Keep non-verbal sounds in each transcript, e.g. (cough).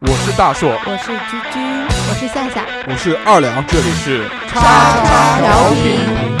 我是大硕，我是居居，我是夏夏，我是二两，这里是叉叉调频。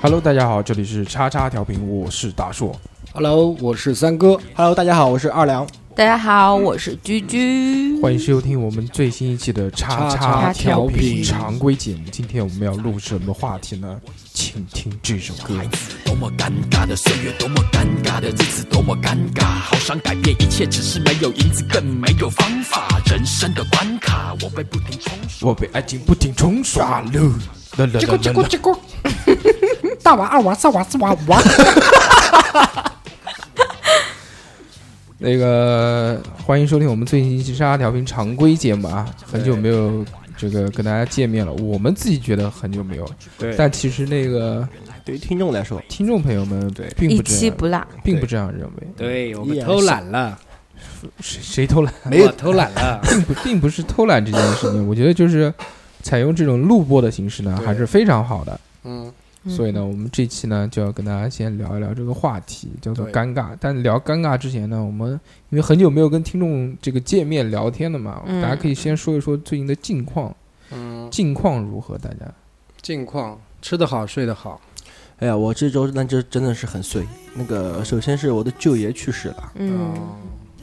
Hello，大家好，这里是叉叉调频，我是大硕。 Hello，我是三哥。 Hello，大家好，我是二良。大家好，我是居居。欢迎收听我们最新一期的叉叉调调频常规节目。今天我们要录什么话题呢？请听这首歌。多么尴尬的岁月，多么尴尬的日子，多么尴尬。好想改变一切，只是没有银子，更没有方法。人生的关卡，我被不停冲刷。我被爱情不停冲刷了，啦啦啦结果结啦果啦！结果，大娃二娃三娃四娃五娃。那个，欢迎收听我们最新一期叉叉调频常规节目啊！很久没有这个跟大家见面了，我们自己觉得很久没有，对但其实那个对于听众来说，听众朋友们对并一不这期样，不落，并不这样认为。对我哎我们偷，懒了，谁谁偷懒？ (laughs) 没有偷懒了。并不并不是偷懒这件事情，我觉得就是采用这种录播的形式呢，对还是非常好的。嗯，嗯所以呢，我们这期呢就要跟大家先聊一聊这个话题，叫做对尴尬。但聊尴尬之前呢，我们因为很久没有跟听众这个见面聊天了嘛，嗯大家可以先说一说最近的近况，嗯，近况如何？大家近况，吃得好，睡得好。哎呀，我这周那这真的是很碎。那个，首先是我的舅爷去世了，嗯啊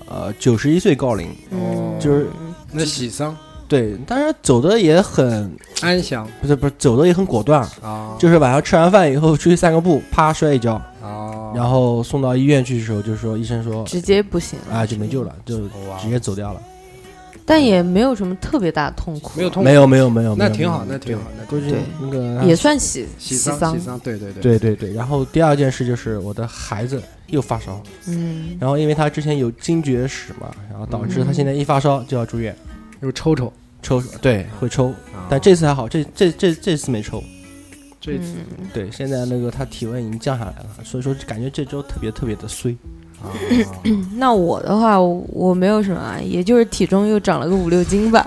呃，九十一岁高龄，嗯，就是那喜丧对，当然走的也很，安详不是不是，走的也很果断，啊，就是晚上吃完饭以后出去散个步，啪摔一跤，啊，然后送到医院去的时候，就说医生说直接不行了，啊就没救了，就哇直接走掉了。但也没有什么特别大的痛苦，没有痛苦没，有没有没有，那没有挺好，没那有挺好，那对，挺估计好。对那个也算喜喜丧喜，丧，对对对，对对对。然后第二件事就是我的孩子又发烧，嗯，然后因为他之前有惊厥史嘛，然后导致嗯他现在一发烧就要住院，又抽抽。抽对会抽，啊但这次还好，这这这这次没抽。这次嗯对，现在那个他体温已经降下来了，所以说感觉这周特别特别的衰。 (laughs) 啊，那我的话，我没有什么啊，也就是体重又长了个五六斤吧。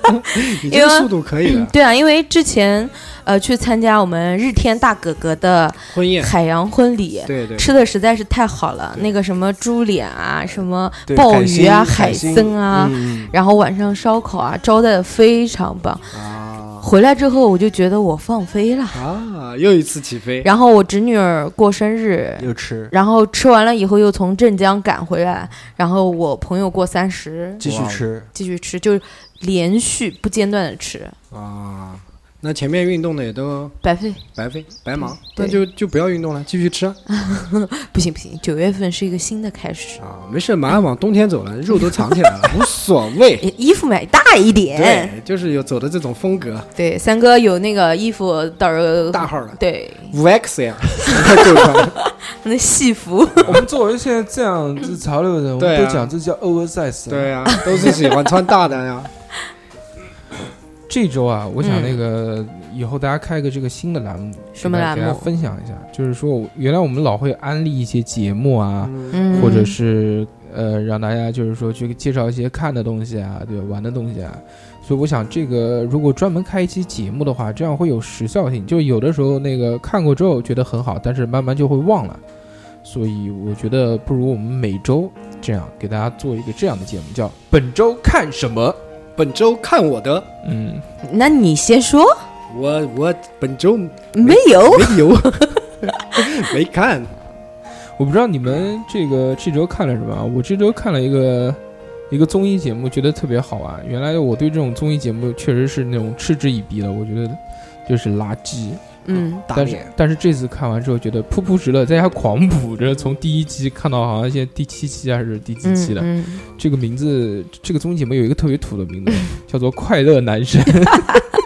(laughs) 你因这为个速度可以的，对啊，因为之前呃去参加我们日天大哥哥的婚宴，海洋婚礼，对对，吃的实在是太好了，对那个什么猪脸啊，什么对鲍海鱼星啊、海海星参啊，嗯，然后晚上烧烤啊，招待的非常棒。啊回来之后我就觉得我放飞了。啊，又一次起飞，然后我侄女儿过生日，嗯又吃，然后吃完了以后又从镇江赶回来，然后我朋友过三十继续哇哦吃，继续吃，就是连续不间断的吃，啊，那前面运动的也都白费。白费白忙，对那就就不要运动了，继续吃啊不行不行，九月份是一个新的开始，啊，没事，马上往冬天走了，肉都藏起来 (laughs) 了，无所谓。哎衣服买大一点。对，就是有走的这种风格，对，三哥有那个衣服到时候大号的对，五 (laughs) XL 够啊穿。那戏服 (laughs) 我们作为现在这样子潮流的人，我对啊们都讲这叫 oversize。对，呀、都是喜欢穿大的呀。这周啊，我想嗯那个以后大家开个这个新的栏目，什么栏给大目家？分享一下，就是说我原来我们老会安利一些节目啊，嗯，嗯，或者是呃，让大家就是说去介绍一些看的东西啊，对吧，玩的东西啊。所以我想，这个如果专门开一期节目的话，这样会有时效性。就有的时候那个看过之后觉得很好，但是慢慢就会忘了。所以我觉得不如我们每周这样给大家做一个这样的节目，叫“本周看什么本周看我的，”。嗯，那你先说，我我本周没没有，有， (laughs) 没看我不知道你们这个这周看了什么啊？我这周看了一个一个综艺节目，觉得特别好玩。原来我对这种综艺节目确实是那种嗤之以鼻的，我觉得就是垃圾。嗯，打但是脸。但是这次看完之后觉得噗噗直乐，在家狂补着，从第一期看到好像现在第七期还是第几期了。嗯，这个名字，这个综艺节目有一个特别土的 (laughs) 名字，叫做《快乐男生》。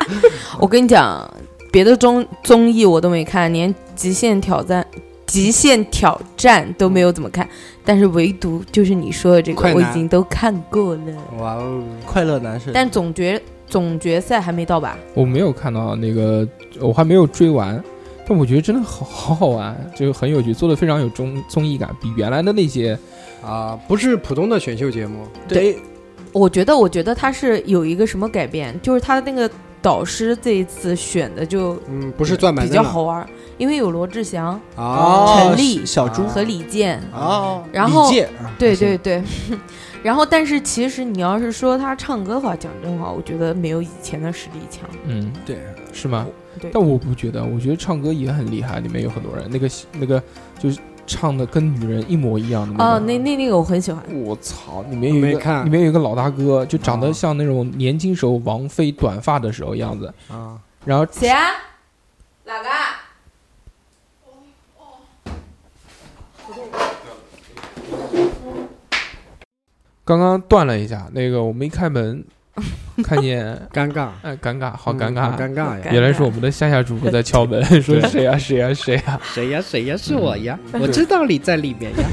嗯我跟你讲，别的综综艺我都没看，连《极限挑战》《极限挑战》都没有怎么看，但是唯独就是你说的这个快，我男已经都看过了，哇哦！快乐男生，但总决总决赛还没到吧？我没有看到那个，我还没有追完，但我觉得真的好好好玩，就很有趣，做的非常有综综艺感，比原来的那些啊，不是普通的选秀节目，对我觉得，我觉得他是有一个什么改变，就是他的那个导师这一次选的就嗯，不是赚满比的较好玩儿，因为有罗志祥啊。哦陈立小猪和李健，哦，然后李健啊对行对对， (laughs) 然后但是其实你要是说他唱歌的话，讲真话，我觉得没有以前的实力强。嗯，对，是吗？对但我不觉得，我觉得唱歌也很厉害，里面有很多人，那个那个就是唱的跟女人一模一样的哦、那种。那那那个我很喜欢，我操！里面有一没个，看里面有一个老大哥，就长得啊像那种年轻时候王菲短发的时候样子，啊，然后谁啊？哪个啊？刚刚断了一下，那个我们一开 (laughs) 门，看见尴尬，哎，尴尬，好嗯尴尬，好尴尬呀！原来是我们的夏夏主播在敲 (laughs) 门，说谁呀、谁呀、啊谁呀、谁呀？谁呀？是我呀！嗯我知道你在里面呀。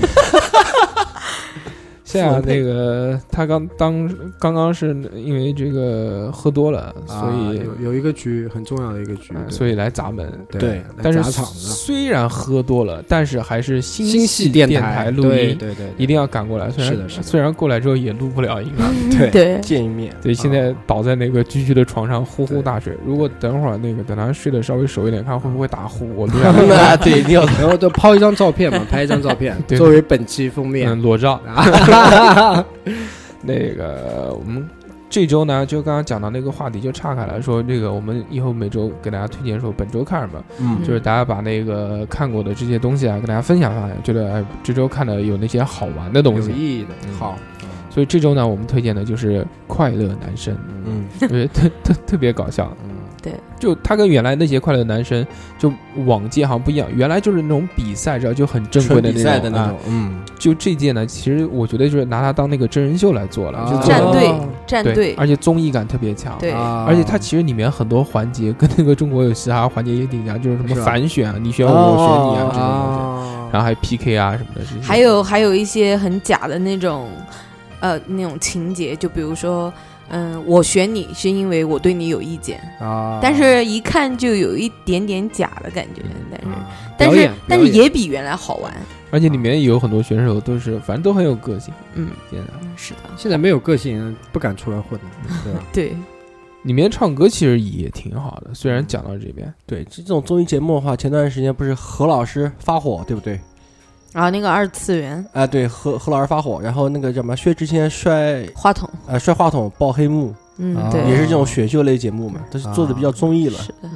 夏夏那个他刚当刚刚是因为这个喝多了，所啊以、有有一个局很重要的一个局哎，所对以来砸门。对对，来但是砸场子，虽然喝多了，但是还是新系系电台录对音，对对，一定要赶过来。虽然是的是的虽然过来之后也录不了音 (laughs) 了。对嗯对，见一面，对，现在啊倒在那个居居的床上呼呼大睡。如果等会儿那个等他睡得稍微熟一点，看会不会打呼，我 (laughs) 录下来那 (laughs) 对， (laughs) 你要然后就抛一张照 (laughs) 片嘛，拍一张照片对作为本期封面。嗯裸照。 (laughs) 啊那个我们这周呢，就刚刚讲到那个话题就岔开了，说这个我们以后每周给大家推荐说本周看什么，嗯就是大家把那个看过的这些东西啊，跟大家分享分享，觉得哎这周看的有那些好玩的东有西。意义的嗯，好，所以这周呢，我们推荐的就是《快乐男生》， (laughs) 嗯我觉得特特特别搞笑。嗯，就他跟原来那些快乐男生，就往届好像不一样，原来就是那种比赛，知道就很正规纯的比赛的那啊种，嗯，就这届呢，其实我觉得就是拿它当那个真人秀来做了，啊就做战得队哦战对，队，而且综艺感特别强。嗯对啊而且它其实里面很多环节跟那个中国有嘻哈环节也挺像，就是什么是吧反选啊，你选我，我选你啊哦这种东西，啊，然后还 PK 啊什么的，这些还有还有一些很假的那种，呃，那种情节，就比如说，嗯、我选你是因为我对你有意见，啊，但是一看就有一点点假的感觉，但是、啊但表是演但是表演也比原来好玩，而且里面有很多选手都是，反正都很有个性。嗯，现在是的，现在没有个性，不敢出来混 (laughs) 了，对吧？对，里面唱歌其实也挺好的，虽然讲到这边，对，这种综艺节目的话，前段时间不是何老师发火，对不对？然后那个二次元啊，对，何何老师发火，然后那个叫什么薛之谦摔话筒，呃摔话筒爆黑幕，嗯，啊对，也是这种选秀类节目嘛，但是做的比较综艺了是。的，嗯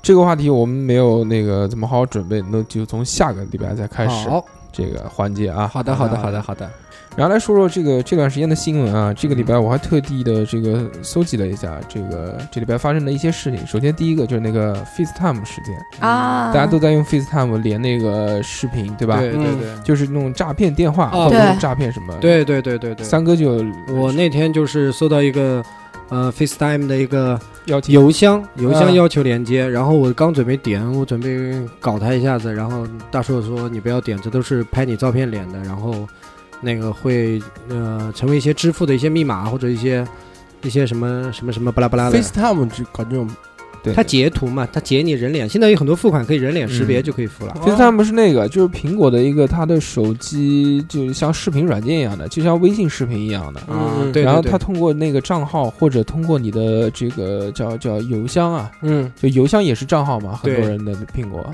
这个话题我们没有那个怎么好好准备，那就从下个礼拜再开始好，这个环节啊。好的，好的，好的，好的，然后来说说这个这段时间的新闻啊，这个礼拜我还特地的这个搜集了一下这个这礼拜发生的一些事情。首先第一个就是那个 FaceTime 事件，啊，嗯大家都在用 FaceTime 连那个视频，对吧？对对嗯对就是那种诈骗电话，哦或者对是诈骗什么。，对对对对对，三哥就我那天就是收到一个呃 FaceTime 的一个邀请邮箱，邮箱嗯要求连接，然后我刚准备点，我准备搞他一下子，然后大硕说你不要点，这都是拍你照片脸的，然后那个会呃成为一些支付的一些密码或者一些一些什么什么什么巴拉巴拉的。 FaceTime 就搞这种对他截图嘛，他截你人脸，现在有很多付款可以人脸识别嗯就可以付了。 FaceTime 是那个，就是苹果的一个它的手机，就是像视频软件一样的，就像微信视频一样的。嗯啊，对，然后对它通过那个账号或者通过你的这个叫叫邮箱啊，嗯就邮箱也是账号嘛，很对多人的苹果，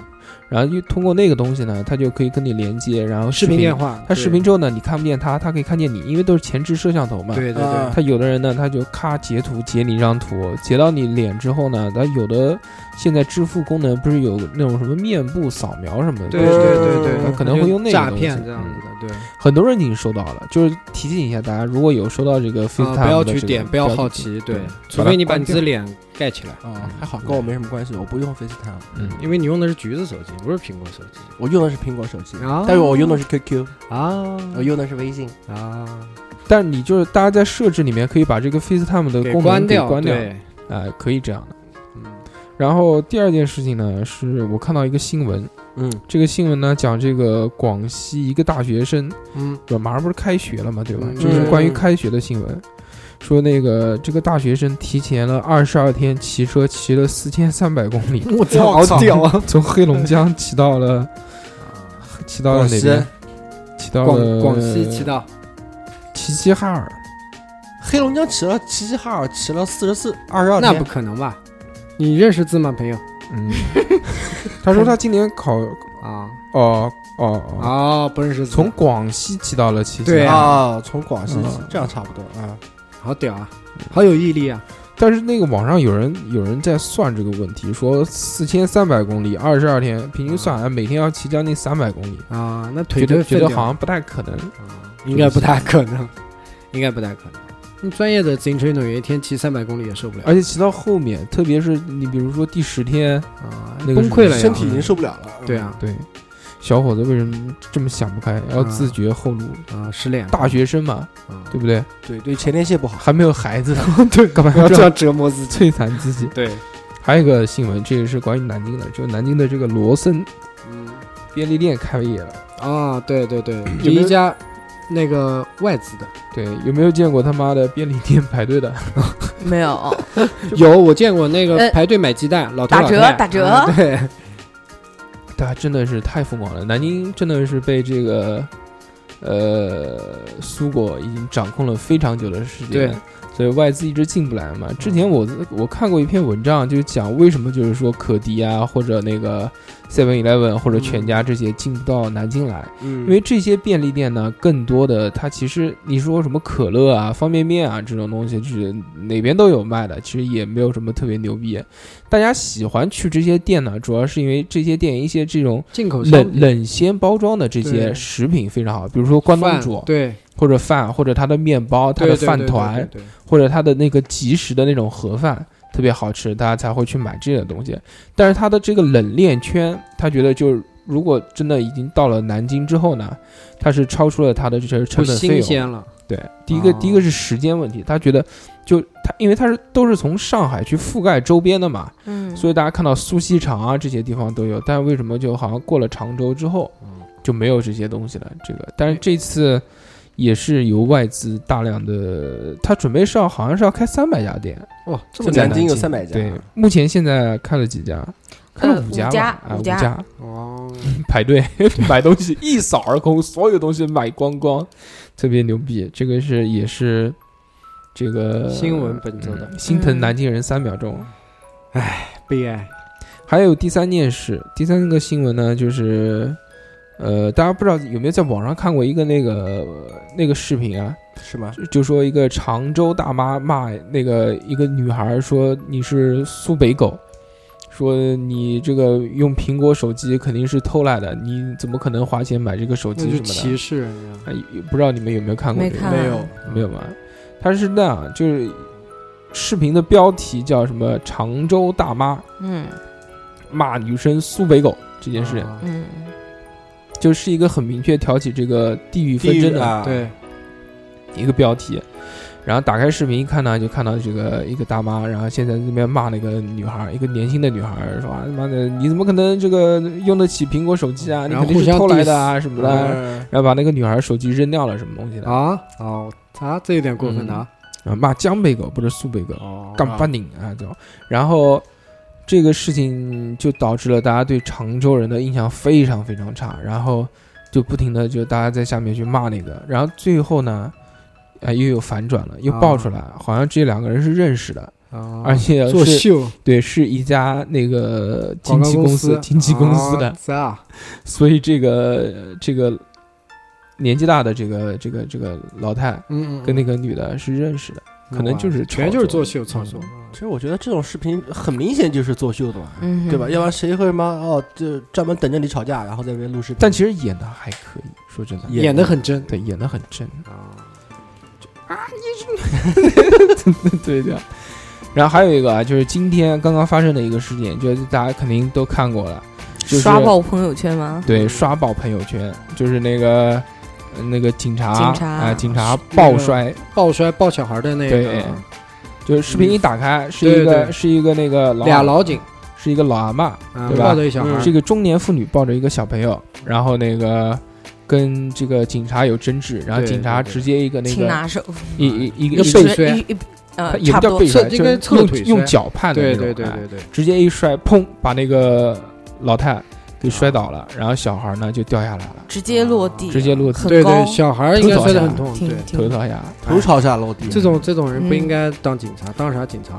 然后就通过那个东西呢，它就可以跟你连接，然后视频频电。话，它视频之后呢，你看不见它，它可以看见你，因为都是前置摄像头嘛。对，对对对啊，他有的人呢，他就咔截图截你一张图，截到你脸之后呢，他有的现在支付功能不是有那种什么面部扫描什么的，对就是对对对他对，可能会用那个诈东西骗这样嗯子的，对。很多人已经收到了，就是呃提醒一下大家，如果有收到这个 FaceTime，、啊，不要去点，不要好，奇，对对把，除它非你把关你自己脸盖起来，啊，还好跟我没什么关系，我不用 FaceTime，嗯，因为你用的是橘子手机，不是苹果手机我用的是苹果手机，啊但是我用的是 QQ，啊我用的是微信，啊，但你就是大家在设置里面可以把这个 FaceTime 的给功能关给掉，关掉，对哎，可以这样的。嗯然后第二件事情呢，是我看到一个新闻，嗯这个新闻呢讲这个广西一个大学生，嗯对吧，马上不是开学了嘛，对吧？嗯就是关于嗯开学的新闻，说那个这个大学生提前了二十二天骑车骑了四千三百公里， (laughs) 我操，好屌啊！从黑龙江骑到了，骑到了广哪西边？骑到 (laughs) 广了广西骑到齐齐哈尔，黑龙江骑了齐齐哈尔骑了四十四二十二那不天，可能吧？你认识字吗，朋友？嗯， (laughs) 他说他今年考，啊哦哦哦，啊，不认识字，从广西骑到了齐齐对哈尔，啊，从广西嗯这样差不多啊，好屌啊，好有毅力啊！但是那个网上有人有人在算这个问题，说四千三百公里，二十二天，平均算，每天要骑将近三百公里，啊，那腿觉都得觉废得掉好像不太可能。啊应该不大可能， (laughs) 应该不大可能。你专业的自行车运动员一天骑三百公里也受不了而且骑到后面，特别是你比如说第十天，啊，那个崩溃了呀！身体已经受不了嗯了，对，啊，对，小伙子为什么这么想不开，要自觉后路？啊，失恋，大学生嘛，啊， (laughs) 对不对？对对，前列腺不好，还没有孩子，对，干嘛要要这这样样折磨自己。 (laughs) 摧残自己？对，还有一个新闻，这也是关于南京的，就南京的这个罗森嗯，便利店开业了。啊，对对对，有第没有一家那个外资的，对，有没有见过他妈的便利店排队的？没有， (laughs) 有我见过那呃个排队买鸡蛋，老头打老折太打折啊对，大家真的是太疯狂了，南京真的是被这个呃苏果已经掌控了非常久的时间对，所以外资一直进不来嘛。之前我我看过一篇文章，就是讲为什么就是说可迪啊或者那个 Seven Eleven 或者全家这些进不到南京来，嗯因为这些便利店呢，更多的它其实你说什么可乐啊、方便面啊这种东西，就是哪边都有卖的，其实也没有什么特别牛逼。大家喜欢去这些店呢，主要是因为这些店一些这种进口商冷冷鲜包装的这些对食品非常好，比如说关东饭煮对，或者饭，或者它的面包、它对的对饭对对团，对对或者它的那个即食的那种盒饭。特别好吃，大家才会去买这些东西。但是它的这个冷链圈，他觉得就是如果真的已经到了南京之后呢，它是超出了它的这些不成本费新用。鲜了，对，第一个、哦第一个是时间问题，他觉得就他因为他是都是从上海去覆盖周边的嘛，嗯，所以大家看到苏锡常啊这些地方都有，但是为什么就好像过了常州之后嗯就没有这些东西了？这个，但是这次也是由外资大量的，他准备是要好像是要开三百家店，哇，这就么在南南京有京三百家，对，目前现在开了几家？开了呃五五家家吧，啊五五家家 (laughs) 哦，排队买东西一扫而空，所有东西买光光，特别牛逼。这个是也是这个新闻本周的嗯心疼嗯南京人三秒钟。悲哀，还有第三件事，第三个新闻呢，就是，呃，大家不知道有没有在网上看过一个那个那个视频啊，是吗？就就说一个常州大妈骂那个一个女孩说你是苏北狗，说你这个用苹果手机肯定是偷来的，你怎么可能花钱买这个手那机就什么歧的？视人家。哎，不知道你们有没有看过没这个？看没有没有吧？它是那样，就是视频的标题叫什么“常州大妈嗯骂女生苏北狗”这件事情。啊嗯就是一个很明确挑起这个地域纷地争域的啊，对，一个标题。然后打开视频一看呢，就看到这个一个大妈，然后现在那边骂那个女孩，一个年轻的女孩说：“啊，他妈的，你怎么可能这个用得起苹果手机啊？你然后肯定互是相偷来 diss 的啊什么的。嗯然后把那个女孩手机扔掉了什么东西的啊啊，哦，啊，这有点过分了啊。骂江北狗不是苏北狗，哦干巴拧啊这种。然后这个事情就导致了大家对常州人的印象非常非常差，然后就不停的就大家在下面去骂那个，然后最后呢，啊、又有反转了，又爆出来，好像这两个人是认识的，啊而且作是秀，对是一家那个经广告纪公司经纪公司的，啊是啊，所以这个这个年纪大的这个这个这个老太嗯嗯，跟那个个女的是认识的，可能就是全就是作做秀操作，其实我觉得这种视频很明显就是作秀的嘛，嗯，对吧？要不然谁会妈哦，就专门等着你吵架，然后在那边录视频？但其实演的还可以，说真的，演演的很真对，演的 (laughs) 很真，啊。对的。然后还有一个啊，就是今天刚刚发生的一个事件，就是大家肯定都看过了，就是刷爆朋友圈吗？对刷爆朋友圈，就是那个呃那个警察警察啊、警察暴摔，抱摔抱小孩的那对个就是视频一打开，是一嗯对个对是一个那个老俩老警是一个老阿嬷，啊，对吧抱着一小孩嗯是一个中年妇女抱着一个小朋友，然后那个跟这个警察有争执，然后对警察对对直接一个那擒个拿手，一一一一个个一背个是摔一一他呃，也差不不叫多背摔，侧就应该是侧用腿摔用脚绊的那对种，对对哎对对，直接一摔，砰，把那个老太给摔倒了，然后小孩呢就掉下来了，直接落地，啊直接落地，很对高对，小孩应该摔得很痛，挺嗯对，头挺朝下。哎头朝下落地。这种这种人不应该当警察，当啥警察？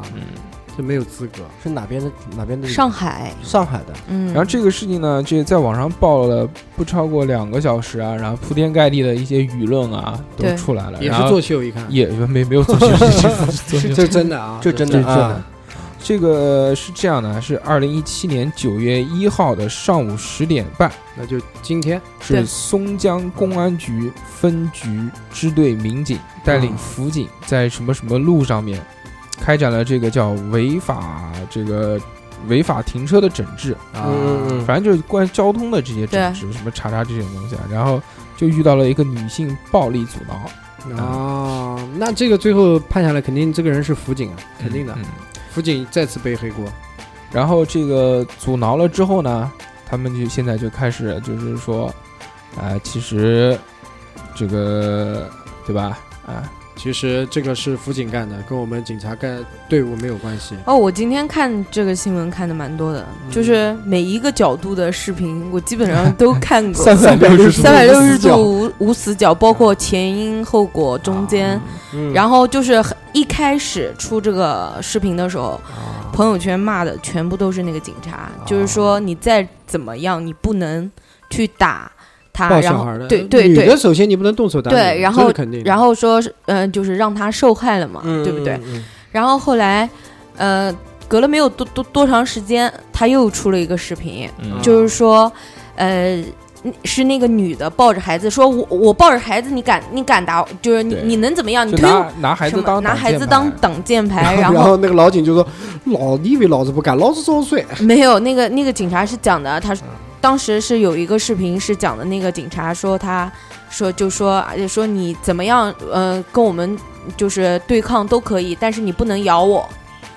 这没有资格。是哪边的？哪边的？上海，上海的。啊嗯，然后这个事情呢，就在网上爆了不超过两个小时啊，然后铺天盖地的一些舆论啊都对出来了，也然是后做秀，一看也没没有 (laughs) 做秀，做秀这是真的啊，这真的这啊 (laughs) 这个是这样的，是二零一七年九月一号的上午十点半，那就今天是对松江公安局分局支队民警带领辅警在什么什么路上面开展了这个叫违法这个违法停车的整治，啊，嗯反正就是关于交通的这些整治，什么查查这种东西啊，然后就遇到了一个女性暴力阻挠，哦，那这个最后判下来，肯定这个人是辅警啊，肯定的啊嗯，嗯辅警再次背黑锅。然后这个阻挠了之后呢，他们就现在就开始就是说，啊、其实这个对吧？啊、其实这个是辅警干的，跟我们警察干队伍没有关系。哦，我今天看这个新闻看的蛮多的，嗯就是每一个角度的视频，我基本上 (laughs) 都看 (laughs) 嗯过。三百六十三百六十度无无死角，包括前因后果、中啊间，嗯然后就是很一开始出这个视频的时候，朋友圈骂的全部都是那个警察，就是说你再怎么样，你不能去打他，抱然小后孩的，呃对对女的对，首先你不能动手打女的，对然这后是肯定的，然后说是呃，就是让他受害了嘛，嗯对不对？？嗯然后后来，呃，隔了没有多多多长时间，他又出了一个视频，嗯就是说，呃，是那个女的抱着孩子说：“我我抱着孩子，你敢你敢打我？就是你对你能怎么样？你就推拿我拿孩什子么？当拿挡孩箭子牌当挡箭牌。”然哎然后那个老警就说：“老，你以为老子不敢？老子照睡。没有那个那个警察是讲的，他嗯当时是有一个视频是讲的那个警察说他说就说而且说你怎么样呃跟我们就是对抗都可以，但是你不能咬我。”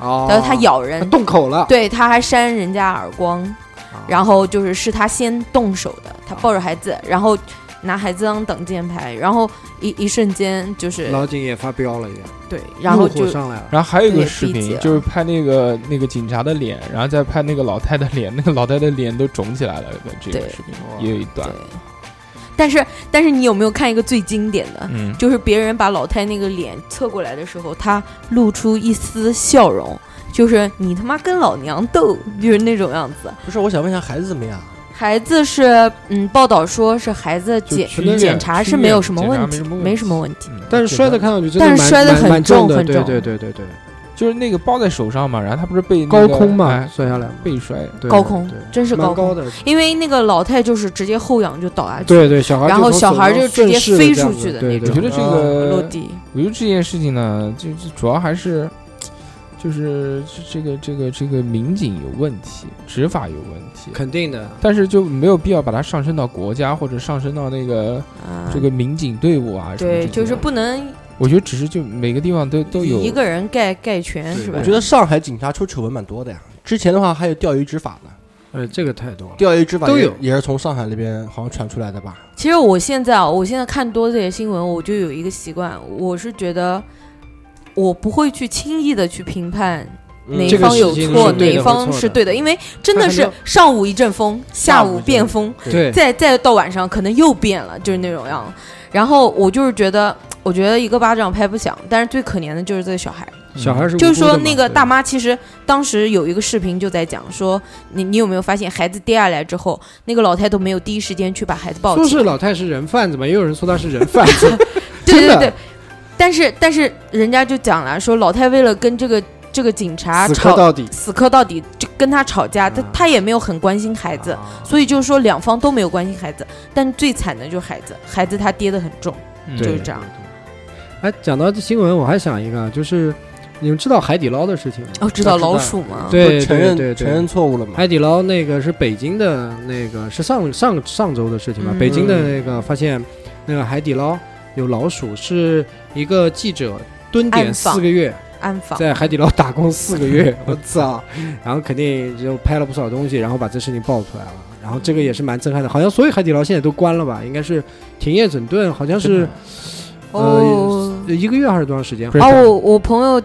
哦然后他咬人他，动口了，对，他还扇人家耳光，哦然后就是是他先动手的，他抱着孩子，然后拿孩子当挡箭牌，然后一一瞬间就是老警也发飙了，也对，然后怒火就上来了。然后还有一个对啊视逼急频，了就是拍那个那个警察的脸，然后再拍那个老太的脸，那个老太的脸都肿起来了。这个对视频也有一段对，，但是但是你有没有看一个最经典的，嗯，就是别人把老太那个脸侧过来的时候，他露出一丝笑容，就是你他妈跟老娘斗，就是那种样子。不是，我想问一下孩子怎么样？孩子是嗯，报道说是孩子就检去医院检查去是医没有院什么检查问没题什么，问没题什么问题。嗯但是摔的简单看上去真但的是蛮摔得很蛮蛮重的，很对重对对对对，就是那个包在手上嘛，然后他不是被那高个空嘛哎摔下来嘛，被摔，对高空对真是蛮高空高的，因为那个老太就是直接后仰就倒下去，对对，小孩就然后从小手孩上就直接顺势地飞出这样子去的对那嗯我对觉得这个啊落地。我觉得这件事情呢，就就主要还是，就是这个这个这个民警有问题，执法有问题，肯定的，但是就没有必要把它上升到国家或者上升到那个嗯这个民警队伍啊什么这对，些就是不能我觉得只是就每个地方都都有一个人盖盖全对是吧我？觉得上海警察出丑闻蛮多的呀。之前的话还有钓鱼执法的，呃，这个太多了。钓鱼执法都也有也是从上海那边好像传出来的吧？其实我现在啊，我现在看多这些新闻，我就有一个习惯，我是觉得我不会去轻易的去评判嗯哪一嗯这个方事有情是错，对哪的一没方错是的对的，因为真的看是看上午一阵风，下下午午一阵变风风，对，再再到晚上可能又变了，就是那种样子。然后我就是觉得，我觉得一个巴掌拍不响，但是最可怜的就是这个小孩。小孩是就是无辜说的嘛那个对大妈，其实当时有一个视频就在讲说，你你有没有发现孩子跌下来之后，那个老太都没有第一时间去把孩子抱说起是来？老太是人贩子嘛，也有人说他是人贩子， (laughs) 对 (laughs) 真对的对。但是但是人家就讲了，说老太为了跟这个这个警察死磕吵到底。死磕到底，就跟他吵架，他啊他也没有很关心孩子，所以就是说两方都没有关心孩子。但最惨的就是孩子，孩子他跌得很重，嗯就是对这样。哎，讲到这新闻，我还想一个，就是你们知道海底捞的事情吗？哦，知道知道老鼠吗？对，承对认对对承认错误了嘛？海底捞那个是北京的那个是上上上周的事情吧？嗯北京的那个发现，那个海底捞有老鼠，是一个记者蹲点暗访四个月，暗访，在海底捞打工四 (laughs) 个月，我操！然后肯定就拍了不少东西，然后把这事情爆出来了。然后这个也是蛮震撼的，好像所有海底捞现在都关了吧？应该是停业整顿，好像是呃哦一个月还是多长时间？啊，我我朋友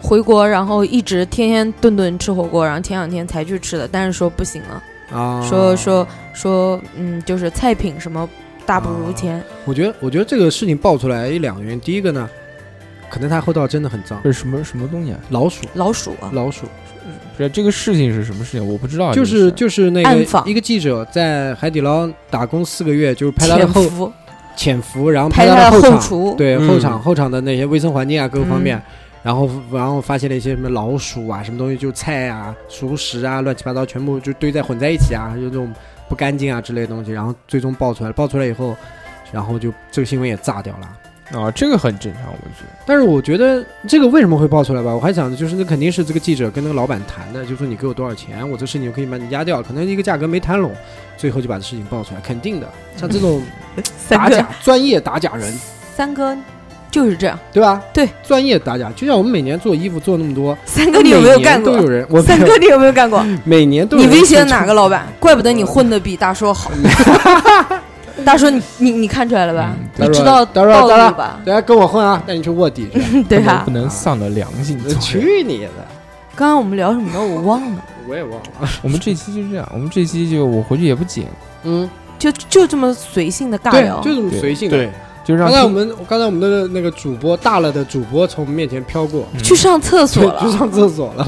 回国，然后一直天天顿顿吃火锅，然后前两天才去吃的，但是说不行了，啊，说说说，嗯，就是菜品什么大不如前，我觉得，我觉得这个事情爆出来一两个原因。第一个呢，可能他后道真的很脏，这是什么什么东西啊？老鼠，老鼠啊，老鼠，不是这个事情是什么事情？我不知道。啊就这个是事就是那暗个访一个记者在海底捞打工四个月，就是拍他的潜后伏，潜伏，然后拍他他后后场，厨，对嗯后场后场的那些卫生环境啊各个方面嗯，然后然后发现了一些什么老鼠啊，什么东西就菜啊、熟食啊、乱七八糟全部就堆在混在一起啊，就这种不干净啊之类的东西，然后最终爆出来，爆出来以后，然后就这个新闻也炸掉了。啊，这个很正常，我觉得。但是我觉得这个为什么会爆出来吧？我还想着就是那肯定是这个记者跟那个老板谈的，就说你给我多少钱，我这事情我可以把你压掉，可能一个价格没谈拢，最后就把这事情爆出来，肯定的。像这种嗯打三哥假专业打假人，三哥就是这样，对吧？对，专业打假，就像我们每年做衣服做那么多，三哥你有没有干过每年？都有人，我三哥你有没有干过？每年都有你人威胁哪个老板？怪不得你混的比大叔 (laughs) 好。大叔，你你你看出来了吧？嗯大对叔你知道大叔道大理叔吧？大家跟我混啊，带你去卧底去。 (laughs) 对啊不。能丧了良心。做呃人去你的！刚刚我们聊什么我忘了，我也忘了。我们这期就这样，我们这期就我回去也不剪，嗯，就就这么随性的尬对聊，，就这么随性的。对，就让刚才我听们刚才我们的那个主播大了的主播从我们面前飘过，去上厕所就了去。上厕所了，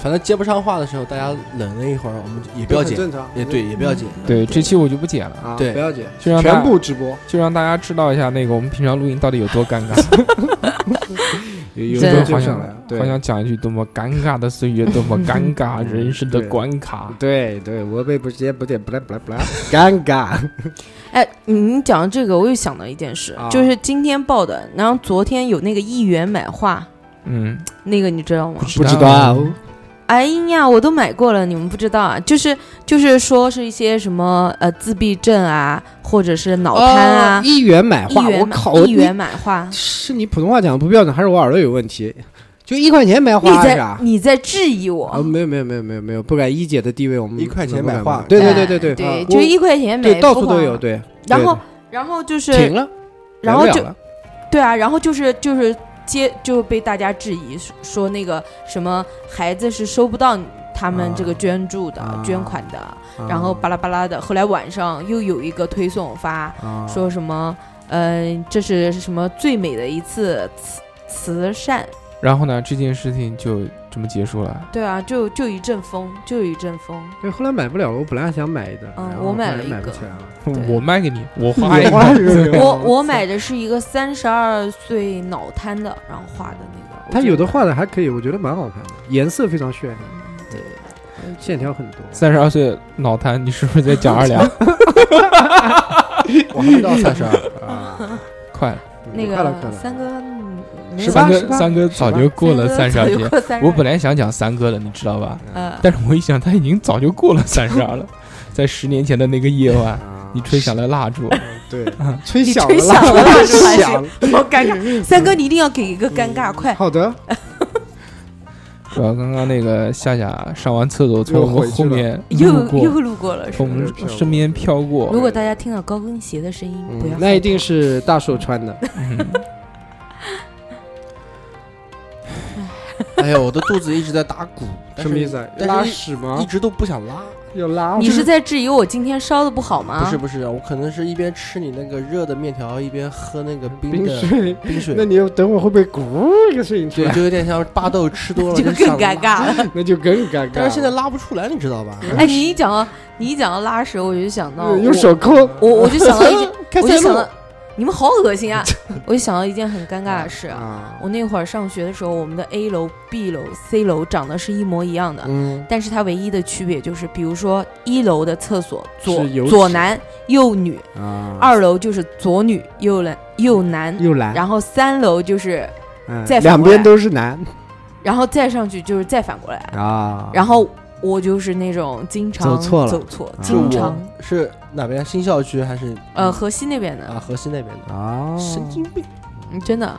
反正接不上话的时候，大家冷了一会儿，我们也不要很紧，正常。也对，也嗯不要紧。对这期我就不剪了，啊，对不要紧，就让大全部直播，就让大家知道一下那个我们平常录音到底有多尴尬。 (laughs) 有真对，的好就想上来了，好啊对想讲一句多么尴尬的岁月，多么尴 (laughs) 尬人生的关卡。对对，我被不接不对，不来不来 (laughs) 不来，尴尬。哎，你你讲到这个，我又想到一件事，啊就是今天报的，然后昨天有那个议员买画，嗯，那个你知道吗？不知道啊哎呀，我都买过了，你们不知道啊？就是就是说是一些什么呃自闭症啊，或者是脑瘫啊，哦一元买一画，我元买靠，一元买画你，是你普通话讲的不标准，还是我耳朵有问题？就一块钱买你画是在吧？你在质疑啊，我？没有没有没有没有没有，不敢一姐的地位，我们一块钱不敢买画买对对对对对对啊就我一块钱买一对幅到处都画有，对，然后对然后就对是停了，然后来不就了了对啊，然后就是就是接就被大家质疑说那个什么孩子是收不到他们这个啊捐助的、啊捐款的，啊然后巴拉巴拉的。后来晚上又有一个推送发啊说什么，嗯、这是什么最美的一次慈慈善。然后呢，这件事情就这么结束了。对啊，就就一阵风，就一阵风。对，后来买不了了，我本来还想买的，嗯然我后买后了来一买不个起来了。我卖给你， (laughs) 我花一我个。啊我我买的是一个三十二岁脑瘫的，然后画的那个。我他觉有的得画的还可以，我觉得蛮好看的，颜色非常绚丽，嗯对，我觉线条很多。 (laughs) 三十二岁脑瘫，你是不是在讲二 (laughs) 两？我还没到三十二， (laughs) 啊，快了，得那快了快个了，三哥嗯没十有八三三哥，三哥早就过了哥三十二早就节。过32我本来想讲三哥的，你知道吧？呃，但是我一想，他已经早就过了 (laughs) 三十二了，在十年前的那个夜 (laughs) 晚，啊你吹响了蜡烛。对， (laughs) 吹你响吹了啦， (laughs) 响了啦是吧响了。好尴尬。三哥，你一定要给一个尴尬，快！嗯好的，主要刚刚那个夏夏上完厕所，从我们后面又路过，又路过了，是从我吧？们身边飘过如。果大家听到高跟鞋的声音，不要嗯害怕那一定是大树穿的。嗯哎呀，我的肚子一直在打鼓，但什么是意思啊？但是拉屎吗一？直都不想拉。要拉？你是在质疑我今天烧的不好吗？不是不是，啊我可能是一边吃你那个热的面条，一边喝那个冰冰的水？冰水那，你要等会儿会不会咕一个声音出对，来？就有点像巴豆吃多 (laughs) 了这个就更想拉尴。尬了。那就更尴尬了。但是现在拉不出来，你知道吧？哎，你一讲到你一讲到拉屎，我就想到嗯用我手抠，我我就想到一件， (laughs) 开我就塞想露到你们好恶 (laughs) 心啊！我就想到一件很尴尬的事啊。啊。我那会儿上学的时候，我们的 A 楼、B 楼、C 楼长得是一模一样的，嗯，但是它唯一的区别就是，比如说一楼的厕所左是有左纸男右女，啊，二楼就是左女右男右男，嗯又来，然后三楼就是嗯再反两过来边都是男然后再上去就是再反过来，啊。然后我就是那种经常走错了走错啊是经常我是哪边？新校区还是呃河哦西那边嗯啊的，河西那边的？啊，神经病！嗯真的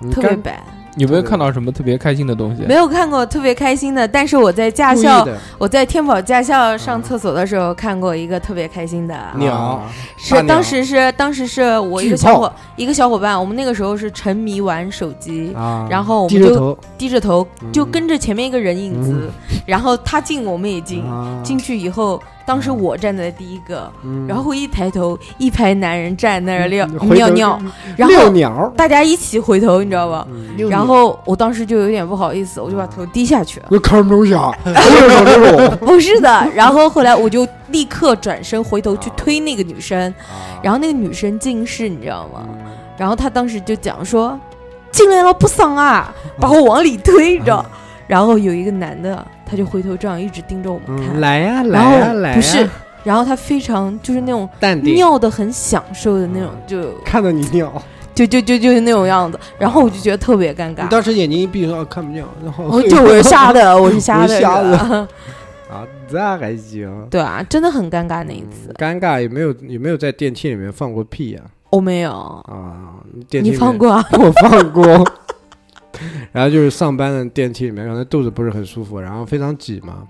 你特别干白，有没有看到什么特别开心的东西没？有看过特别开心的，但是我在驾故意校，的我在天宝驾校上厕所的时候看过一个特别开心的，鸟啊是大鸟当时是当时是我一个巨炮小伙一个小伙伴，我们那个时候是沉迷玩手机，啊，然后我低们着就头低着头嗯就跟着前面一个人影子，然后他进我们也进，啊进去以后，当时我站在第一个，嗯然后一抬头，一排男人站那儿尿嗯回头尿尿，然遛后鸟，嗯大家一起回头，你知道吧？遛然后我当时就有点不好意思，我就把头低下去 (laughs) 了。我看不 (laughs) 下，这种这种，不是的，然后后来我就立刻转身回头去推那个女生，然后那个女生近视，你知道嗯吗？啊然后她当时就讲说：“进来了不爽啊，把我往里推着。”嗯然后有一个男的，他就回头这样一直盯着我们嗯，看，来呀来呀然后来啊呀，不是，然后他非常就是那种淡定，尿的很享受的那种，嗯就看到你尿，就就就就是那种样子，然后我就觉得特别尴你尬，当时眼睛一闭说啊看不见，然后我哦就我 (laughs) 是瞎的，我是瞎我的，是是瞎吧啊，那还行。对啊，真的很尴尬那一次，尴尬，有没有有没有在电梯里面放过屁呀？我哦没有，啊，电你梯里面放？过啊？ (laughs) 我放过。然后就是上班的电梯里面，可能肚子不是很舒服，然后非常挤嘛，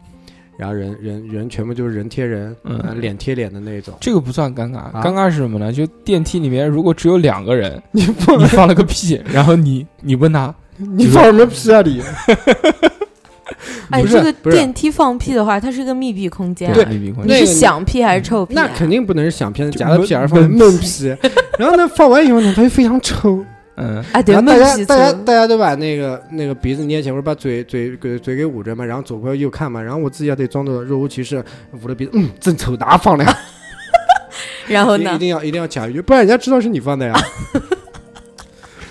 然后人人人全部就是人贴人，嗯呃脸贴脸的那种。这个不算尴尬，啊尴尬是什么呢？就电梯里面如果只有两个 (laughs) 人，你放了个屁，然后你你问他，你放什么屁啊 (laughs) 你？哎，不是这个不是电梯放屁的话，它是个密闭空间啊，对密闭空间你那是个你响屁还是臭屁啊？那肯定不能是响片，就夹的屁闷而放闷闷屁。然后呢，放完以后呢，它就非常臭。嗯，啊，对，然后闷大家屁大家粗大家都把那个那个鼻子捏起来，或者把嘴嘴给嘴给捂着嘛，然后左看右看嘛，然后我自己要得装作若无其事，捂着鼻子，嗯，真臭，哪放的呀？然后一定一呢？定要一定要讲一句，不然人家知道是你 (laughs) 放的呀。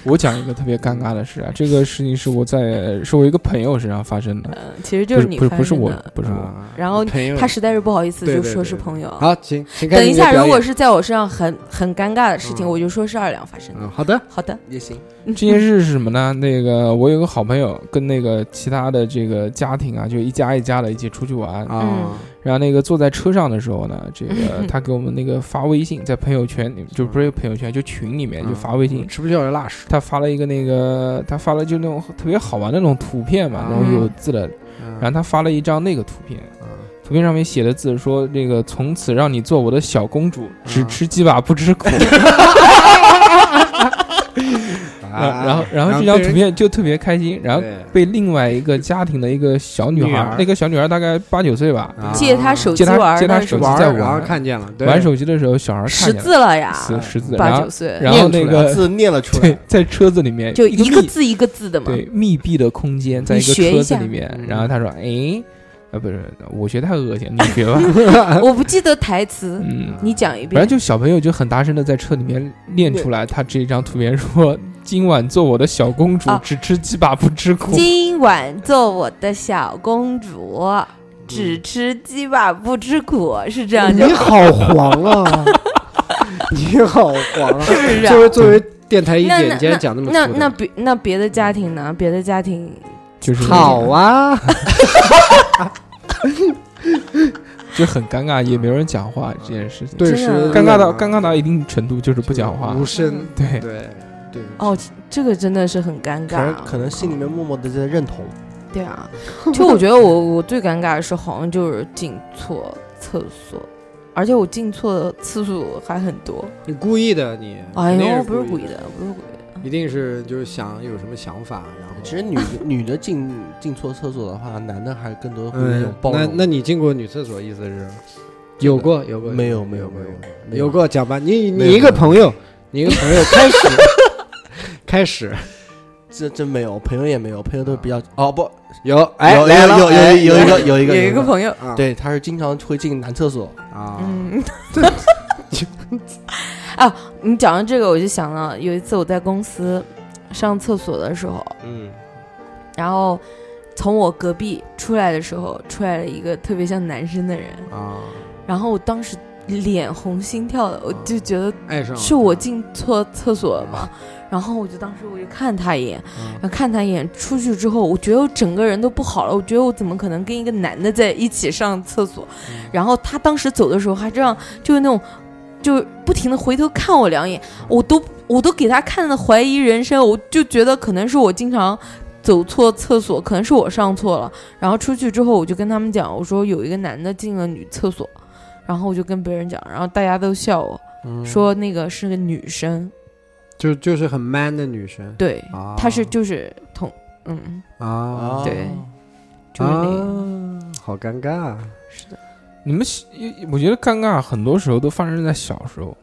我讲一个特别尴尬的事啊，这个事情是我在是我一个朋友身上发生的，嗯，其实就是你不是不是发不是生我的，不是我，啊然后朋友他实在是不好意思，对就对说对是对朋友。好，请请开等始一你的下，表如果演是在我身上很很尴尬的事情，嗯我就说是二两发生的。嗯好的，好的，也行，这件事是什么呢？那个我有个好朋友跟那个其他的这个家庭啊，就一家一家的一起出去玩，啊然后那个坐在车上的时候呢，这个 (laughs) 嗯他给我们那个发微信，在朋友圈里就不是朋友圈，就群里面就发微信，吃不消就拉屎，他发了一个那个，他发了就那种特别好玩的那种图片嘛，啊那种有字的，嗯然后他发了一张那个图片。图片上面写的字说：“那个从此让你做我的小公主，只吃鸡巴不吃苦。 (laughs) 啊 (laughs) 然后，然后这张被人图片就特别开心，然后对被另外一个家庭的一个小女女孩儿，那个小女孩大概八九岁吧，啊 (laughs) 借他手机借他玩儿借他那是手机玩在儿，然后玩，看见了，对啊玩手机的时候，小孩看识见了字了呀，识识字，然八后九岁，然后念那出来个字念了出 (laughs) 对来，，在车子里面就一一个个密字一个字的嘛。对密闭的空间，在你一个学一车子下里面嗯，然后他说：“哎，啊，不是，我学太恶心，你学吧。我不记得台”词，嗯，你讲一反正遍。就小朋友就很大声的在车里面念出来，他这张图片说：“今晚做我的小公主啊，只吃鸡巴不吃苦。今晚做我的小公主，只吃鸡巴不吃苦，是这 (laughs) 样你就好黄 (laughs) 啊！你好黄啊！是不是啊作为作为电台一那姐，你那竟然讲那么那粗的那别那别的家庭呢？别的家庭”就是好，啊！就很尴尬，也没有人讲话这件事情。顿真时的尴尬到尴尬到一定程度，就是不讲话无。声。对，对对，嗯哦，这个真的是很尴可尬啊。能可能心里面默默的在认同。对啊，就我觉得我 (laughs) 我最尴尬的是好像就是进错厕所，而且我进错的次数还很多。你故意的，你哎肯定呦，不是故故意，的，不是故意的。一定是就是想有什么想法，然后其 (laughs) 实女女的进进错厕所的话，男的还更多会有那嗯种，包那容。那你进过女厕所，意思是有过有过没有没有没没有没有有过讲吧？你没你有一个朋友，你一个朋友开 (laughs) 始开始这真没有，朋友也没有，朋友都比较哦不，有哎有来了有有哎有有一个有一有个一个朋友，啊对，他是经常会进男厕所，啊嗯， (laughs) 啊，你讲到这个，我就想到有一次我在公司上厕所的时候，嗯，然后从我隔壁出来的时候，出来了一个特别像男生的人，啊然后我当时脸红心跳的，我就觉得爱上了嗯是我进错厕所了吗？然后我就当时我就看他一眼，然后看他一眼，出去之后，我觉得我整个人都不好了，我觉得我怎么可能跟一个男的在一起上厕所？嗯然后他当时走的时候还这样，就是那种，就不停的回头看我两眼，嗯我都我都给他看的怀疑人生，我就觉得可能是我经常。走错厕所，可能是我上错了。然后出去之后，我就跟他们讲，我说有一个男的进了女厕所，然后我就跟别人讲，然后大家都笑我，嗯说那个是个女生，就就是很 man 的女生对，啊，她是就是同，嗯，啊对就是那个，啊，好尴尬，啊是的，你们喜，我觉得尴尬很多时候都发生在小时候，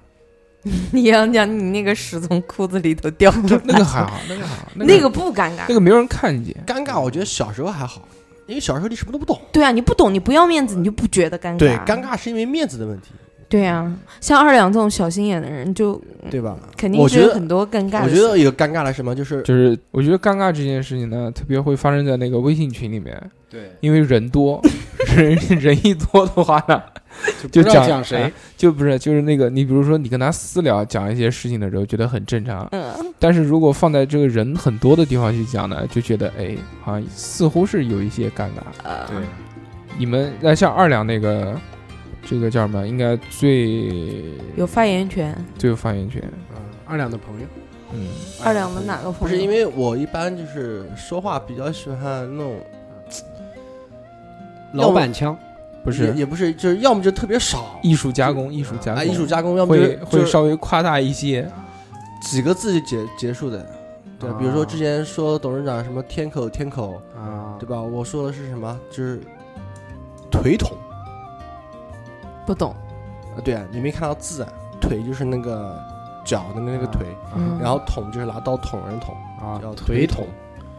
你要讲你那个屎从裤子里头掉 (laughs) 出来，那个还好，那个还好，那个个不尴那尬，个没有人看见，尴尬，我觉得小时候还好，因为小时候你什么都不懂。对啊，你不懂，你不要面子，你就不觉得尴尬，啊对，尴，尬是因为面子的问题，对啊，像二两这种小心眼的人，就对 (laughs) 吧？肯我定觉是得很多尴尬我的觉事，得有尴尬的是什么，就是就是我觉得尴尬这件事情呢，特别会发生在那个微信群里面，对，因为人 (laughs) 多，人人一多的话呢，就就不知道讲讲哎谁，就不是就是那个你比如说你跟他私聊讲一些事情的时候，觉得很正常，嗯，但是如果放在这个人很多的地方去讲呢，就觉得哎，好像似乎是有一些尴尬。呃对，你们那像二两那个，这个叫什么？应该最有发言权，最有发言权。嗯二两的朋友，哎嗯，二两的哪个不朋是因友？为我一般就是说话比较喜欢那种，老板腔，不也是也不是，就是要么就特别少，艺术加工，艺术加工，哎，艺术加工，要么就是会就会是稍微夸大一些。几个字就结结束的。对，比如说之前说董事长什么天口天口，啊对，吧？我说的是什么？就是腿桶不懂，啊，对啊，你没看到字啊，腿就是那个脚的那个腿，嗯然后捅就是拿刀捅人捅，啊叫，腿捅捅。。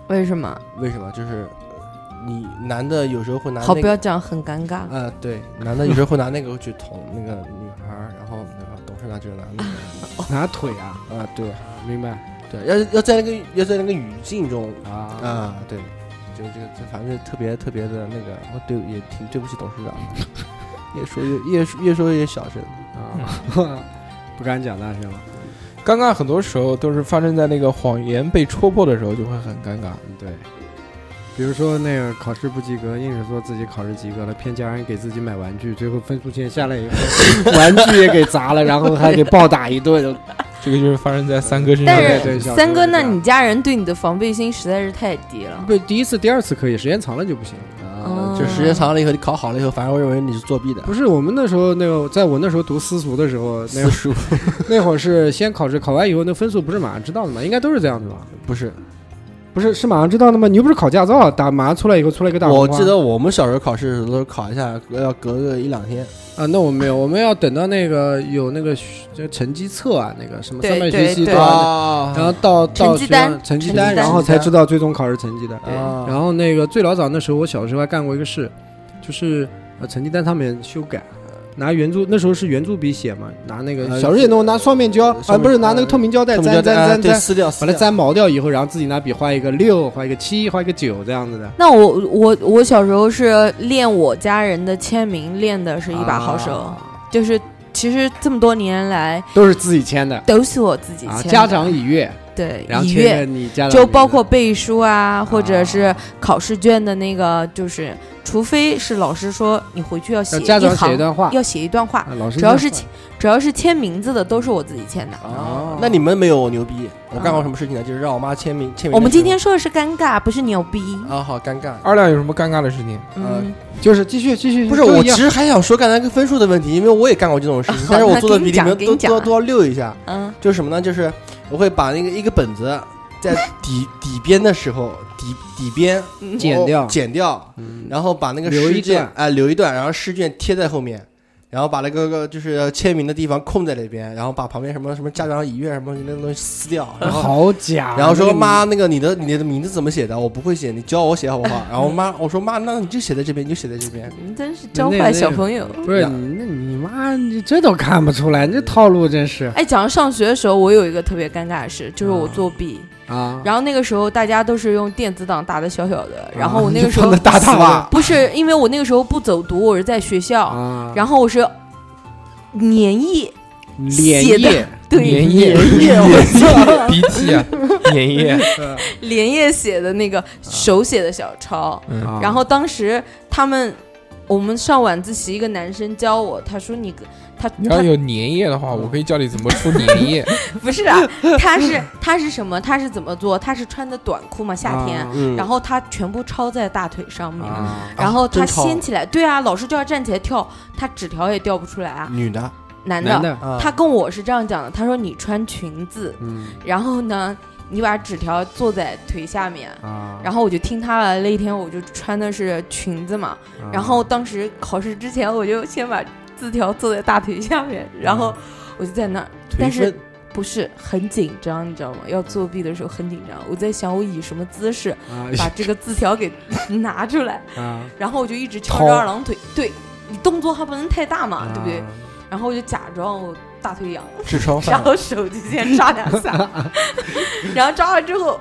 为什么？为什么？就是呃你男的有时候会拿好，呃那不要个讲很尴尬，啊，对，男的有时候会拿那个去捅那个女孩儿，然后那个董事长就拿 (laughs) 那个哦拿腿啊，啊，对 (laughs) 明白对，要要在那个要在那个语境中啊，啊，对，就这个这反正特别特别的那个，我对也挺对不起董事长的， (laughs) 越说越越说越说越小声。啊，不敢讲大声了，尴尬很多时候都是发生在那个谎言被戳破的时候，就会很尴尬。嗯对。比如说那个考试不及格，硬是说自己考试及格了，骗家人给自己买玩具，最后分数线下来以 (laughs) 后，玩具也给砸了，然后还给暴打一顿。这个就是发生在三哥身上但的是对对，小时候三哥，是这那样你家人对你的防备心实在是太低了。不第一次、第二次可以，时间长了就不行了。哦啊，就时间长了以后，你考好了以后，反而会认为你是作弊的。不是我们那时候那个，在我那时候读私塾的时候，那私塾那会儿是先考试，考完以后那分数不是马上知道的吗？应该都是这样的吧？不是，不是，是马上知道的吗？你又不是考驾照，啊打马上出来以后出来一个大我红花记得我们小时候考试的时候都是考一下，要隔个一两天。啊，那我们没有，我们要等到那个有那个学就成绩册啊，那个什么对上面对学期对的啊，啊然后到到成绩学校单成绩成绩单单，然后才知道最终考试成绩的。对啊然后那个最老早那时候，我小时候还干过一个事，就是呃成绩单上面修改，拿圆珠那时候是圆珠笔写嘛，拿那个呃小时候也弄拿双面胶啊，双面不是拿那个透明胶带啊他们粘家粘粘对粘，撕掉，把它粘毛掉以后，然后自己拿笔画一个六，画一个七，画一个九这样子的。那我我我小时候是练我家人的签名，练的是一把好手，啊就是其实这么多年来都是自己签的都是我自己啊，签的、家长已阅，对然后以签了阅，你家长就名字包括背书啊，或者是啊考试卷的那个，就是除非是老师说你回去要写让家长写一行，段话，要写一段话，啊老师主要是签主要是签名字的都是我自己签的。啊。那你们没有我牛逼，我干过什么事情呢？就是让我妈签名签名的时候。我们今天说的是尴尬，不是牛逼。啊，好尴尬。二两有什么尴尬的事情？啊嗯，就是继续继续，不是，嗯就我一其样实还想说刚才跟分数的问题，因为我也干过这种事 (laughs) 好情，但是我那做的给比你你们讲给你都讲都啊都要溜一下。嗯，就是什么呢？就是我会把那个一个本子在底底边的时候，底底边嗯剪我掉剪掉，嗯然后把那个留试一卷段哎留一段，然后试卷贴在后面，然后把那个个就是签名的地方空在那边，然后把旁边什么什么家长遗愿什么那东西撕 (laughs) 掉，然后。 (laughs) 好假，然后那说个妈，那个你的你的名字怎么写的？我不会写，你教我写好不好？然后 (laughs) 妈，我说妈，那你就写在这边，你就写在这边。你嗯真是教坏小朋友。不是呀你，那你妈，你这都看不出来，你这套路真是哎，讲到上学的时候，我有一个特别尴尬的事，就是嗯我作弊。啊！然后那个时候大家都是用电子档打的小小嗯的，然后我那个时啊你候放得大大吧嗯吧不是因为我那个时候不走读，我是在学校，啊，然后我是粘液，脸写液，对粘液，粘液液， (laughs) 我鼻涕啊，粘液，嗯 (laughs) 连夜写的那个手写的小抄。嗯，啊然后当时他们，我们上晚自习，一个男生教我，他说你他你要他有粘液的话，我可以教你怎么出粘液。不是啊，他是他是什么？他是怎么做？他是穿的短裤嘛，夏天，啊嗯，然后他全部抄在大腿上面。啊然后他真抄掀起来，对啊，老师就要站起来跳，他纸条也掉不出来啊，女的，男的。嗯男的，啊他跟我是这样讲的，他说你穿裙子，嗯然后呢，你把纸条坐在腿下面，啊，然后我就听他了。那一天我就穿的是裙子嘛，啊然后当时考试之前我就先把字条坐在大腿下面，嗯然后我就在那儿，但是不是很紧张，你知道吗？要作弊的时候很紧张，我在想我以什么姿 (laughs) 势啊把这个字条给拿出来，啊，然后我就一直翘掏着二郎腿，对你动作还不能太大嘛，对不对啊？？然后我就假装我大腿痒，智商然犯了，后手就先抓两 (laughs) 下， (laughs) 然后抓了之后，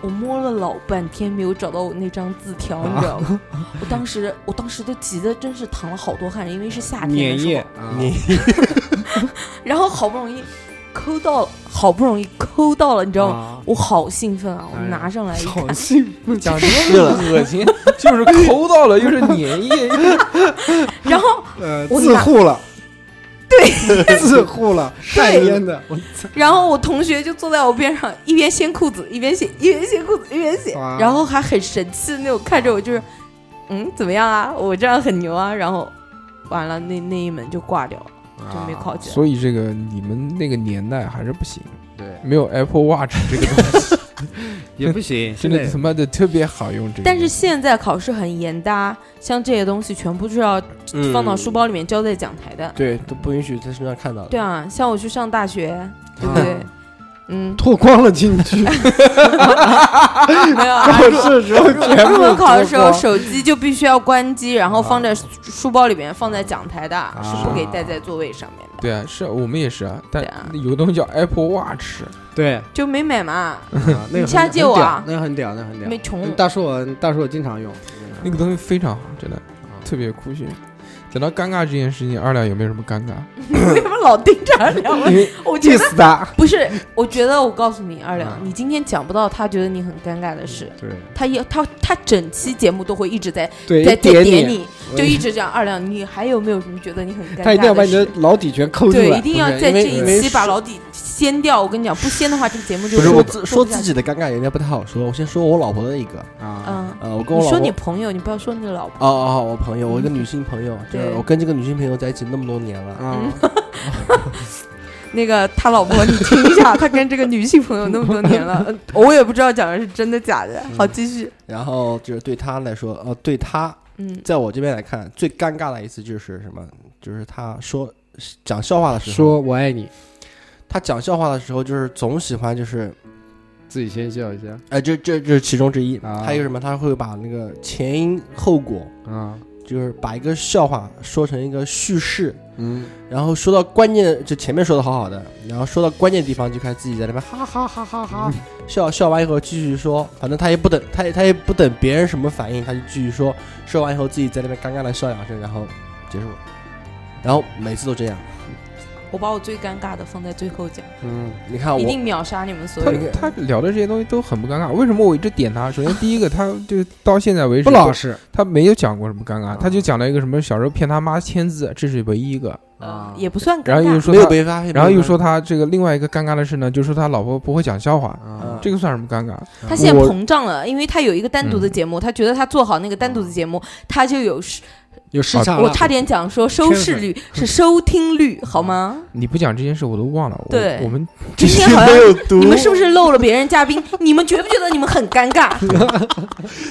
我摸了老半天没有找到我那张字条，你知道 (laughs) 吗？我当时我当时都急得真是淌了好多汗，因为是夏天粘的时液候，，啊你然后好不容易抠到了，好不容易抠到了，你知道吗？啊我好兴奋啊！我哎呀拿上来一看好，兴奋，讲什 (laughs) 么恶心，就是抠到了，又是粘液，又是然后呃，我自拿护 (laughs) 了，对， (laughs) 自护了，晒烟的，我然后我同学就坐在我边上，一边掀裤子，一边写，一边掀裤子，一边写哇，然后还很神气的那种看着我，就是，嗯，怎么样啊？我这样很牛啊！然后完了，那那一门就挂掉了，就没考起来。所以这个你们那个年代还是不行，对，没有 Apple Watch 这个东西，也不 (laughs) 行，真的他妈的特别好用。这个，但是现在考试很严的，像这些东西全部是要 (laughs) 放到书包里面交在讲台的。对都不允许在身上看到的。对啊，像我去上大学，对不啊对？ (laughs) 嗯，脱光了进去，没有 (laughs) 啊。考试时候全 (laughs) 入部啊门考的时候，脱光手机就必须要关机，然后放在书书包里面，放在讲台啊的，是不给带在座位上面的，对啊，是我们也是啊，但对啊有个东西叫 Apple Watch，对， (laughs) 就没买嘛，啊那个你下很借我啊很屌那个很屌，那个很屌没，穷。嗯大叔我大叔我经常用，那个东西非常好，真的啊特别酷炫。讲到尴尬这件事情，二两有没有什么尴尬？ (laughs) 为什么老盯着二两？我 (laughs) 你我觉得气死他，不是，我觉得我告诉你，二啊两，你今天讲不到他觉得你很尴尬的事， (laughs) 对他也他他整期节目都会一直在对，在一点点，你，我就一直讲二两，你还有没有什么觉得你很尴他一定要尬把的你的事？老底全抠出对，一来，定要不是在因这为因一为期把是老底掀掉。我跟你讲，不掀的话，这个节目就不是做我做自不说下自去己的尴尬有点不太好说，我先说我老婆的一个，啊嗯，呃，我跟我你老说婆你朋友，你不要说你老婆。哦哦哦，我朋友，我一个女性朋嗯友，就是对我跟这个女性朋友在一起那么多年了，啊，嗯 (laughs) 那个他老婆，你听一下，他跟这个女性朋友那么多年了，嗯我也不知道讲的是真的假的。好，继续。然后就是对她来说，呃，对她，嗯，在我这边来看，最尴尬的一次就是什么？就是她说讲笑话的时候，说我爱你，她讲笑话的时候，就是总喜欢就是，自己先笑一下哎、这这这是其中之一。啊还有什么？她会把那个前因后果，啊，就是把一个笑话说成一个叙事，嗯，然后说到关键，就前面说的好好的，然后说到关键地方就开始自己在那边哈哈哈哈哈笑笑完以后继续说，反正他也不等他也他也不等别人什么反应，他就继续说，说完以后自己在那边尴尬的笑两声，然后结束，然后每次都这样。我把我最尴尬的放在最后讲， (laughs) 嗯，你看一我定秒杀你们所有人。他他聊的这些东西都很不尴尬，为什么我一直点他？首先第一个，他就到现在为止不老实他没有讲过什么尴啊尬，他就讲了一个什么小时候骗他妈签字，这是唯一一个。呃啊，也不算尴然后又尬，说没有他，被发现，然后又没有被说他这个另外一个尴尬的事呢，就说他老婆不会讲笑话，啊，这个算什么尴尬？他现在我膨胀了，因为他有一个单独的节目，他觉得他做好那个单独的节目，他就有收有市场我了差点讲说收视率是收听率，好吗？你不讲这件事我都忘了。我对我们今发现天好没像有读你们是不是漏了别人嘉宾？你们觉不觉得你们很尴尬？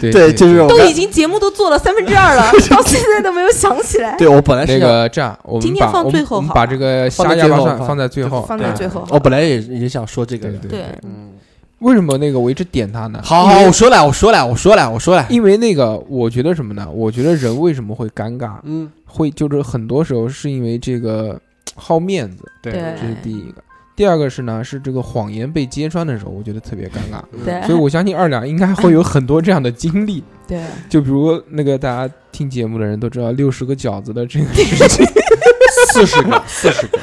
对对，就是我都刚已经节目都做了三分之 (laughs) 二了，到现在都没有想起来。对我本来是那想个这样，我呃今们天把放我最们后我们好把了这个放瞎在鸭最巴后蒜放放在最后，放在最后，我本来也也想说这个对的。哦对对嗯，为什么那个我一直点他呢？好，好，我说来，我说来，我说来，我说来。因为那个我觉得什么呢？我觉得人为什么会尴尬？嗯，会就是很多时候是因为这个好面子，对嗯对这是第一个。第二个是呢，是这个谎言被揭穿的时候，我觉得特别尴尬。对所以我相信二两应该会有很多这样的经历，对， (laughs) 就比如那个大家听节目的人都知道六十个饺子的这个事情，四十个，四十个。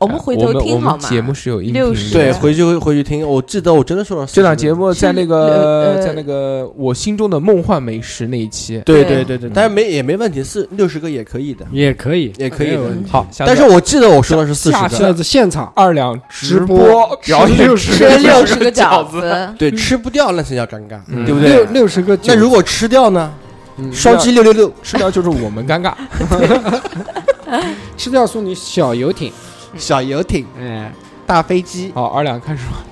我们回我头们我听好们吗？节目是有音频60的，对，回去会回去听。我记得我真的说了40个，这档节目在那个是呃在那个我心中的梦幻美食那一期，对对对对对，但是没也没问题，四六十个也可以的，也可以，也可以没有的。问题好，下次但是我记得我说的是四下十次个，下次现场二两直播播表演吃吃吃六十十个个饺饺子，子，对，吃不掉那才叫尴尬，嗯对不六对？六十个九，那如果吃掉呢？嗯双击六六六，吃掉就是我们尴尬。吃掉送你小游艇，嗯小游艇、哎，大飞机，好，二两开始吧。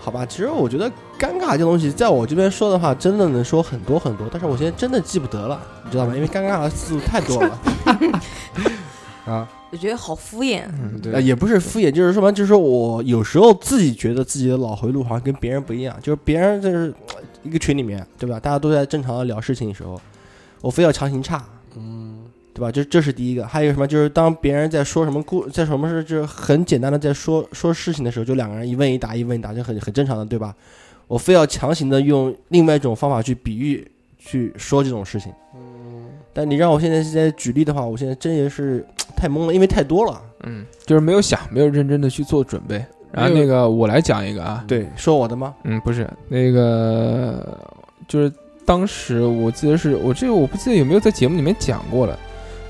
好吧。其实我觉得尴尬这东西，在我这边说的话，真的能说很多很多，但是我现在真的记不得了，你知道吗？因为尴尬的次数太多 (laughs) 了。我觉得好敷衍。嗯，呃，对，也不是敷衍，就是说完，就是说我有时候自己觉得自己的脑回路好像跟别人不一样，就是别人就是呃一个群里面，对吧？大家都在正常的聊事情的时候，我非要强行岔，嗯，对吧？这这是第一个，还有什么？就是当别人在说什么故，在什么事，就是很简单的在说说事情的时候，就两个人一问一答，一问一答，就很很正常的，对吧？我非要强行的用另外一种方法去比喻去说这种事情，嗯但你让我现在现在举例的话，我现在真也是太懵了，因为太多了。嗯，就是没有想，没有认真的去做准备。然后没有那个我来讲一个啊，对，说我的吗？嗯，不是那个，就是当时我记得是我这个我不记得有没有在节目里面讲过了，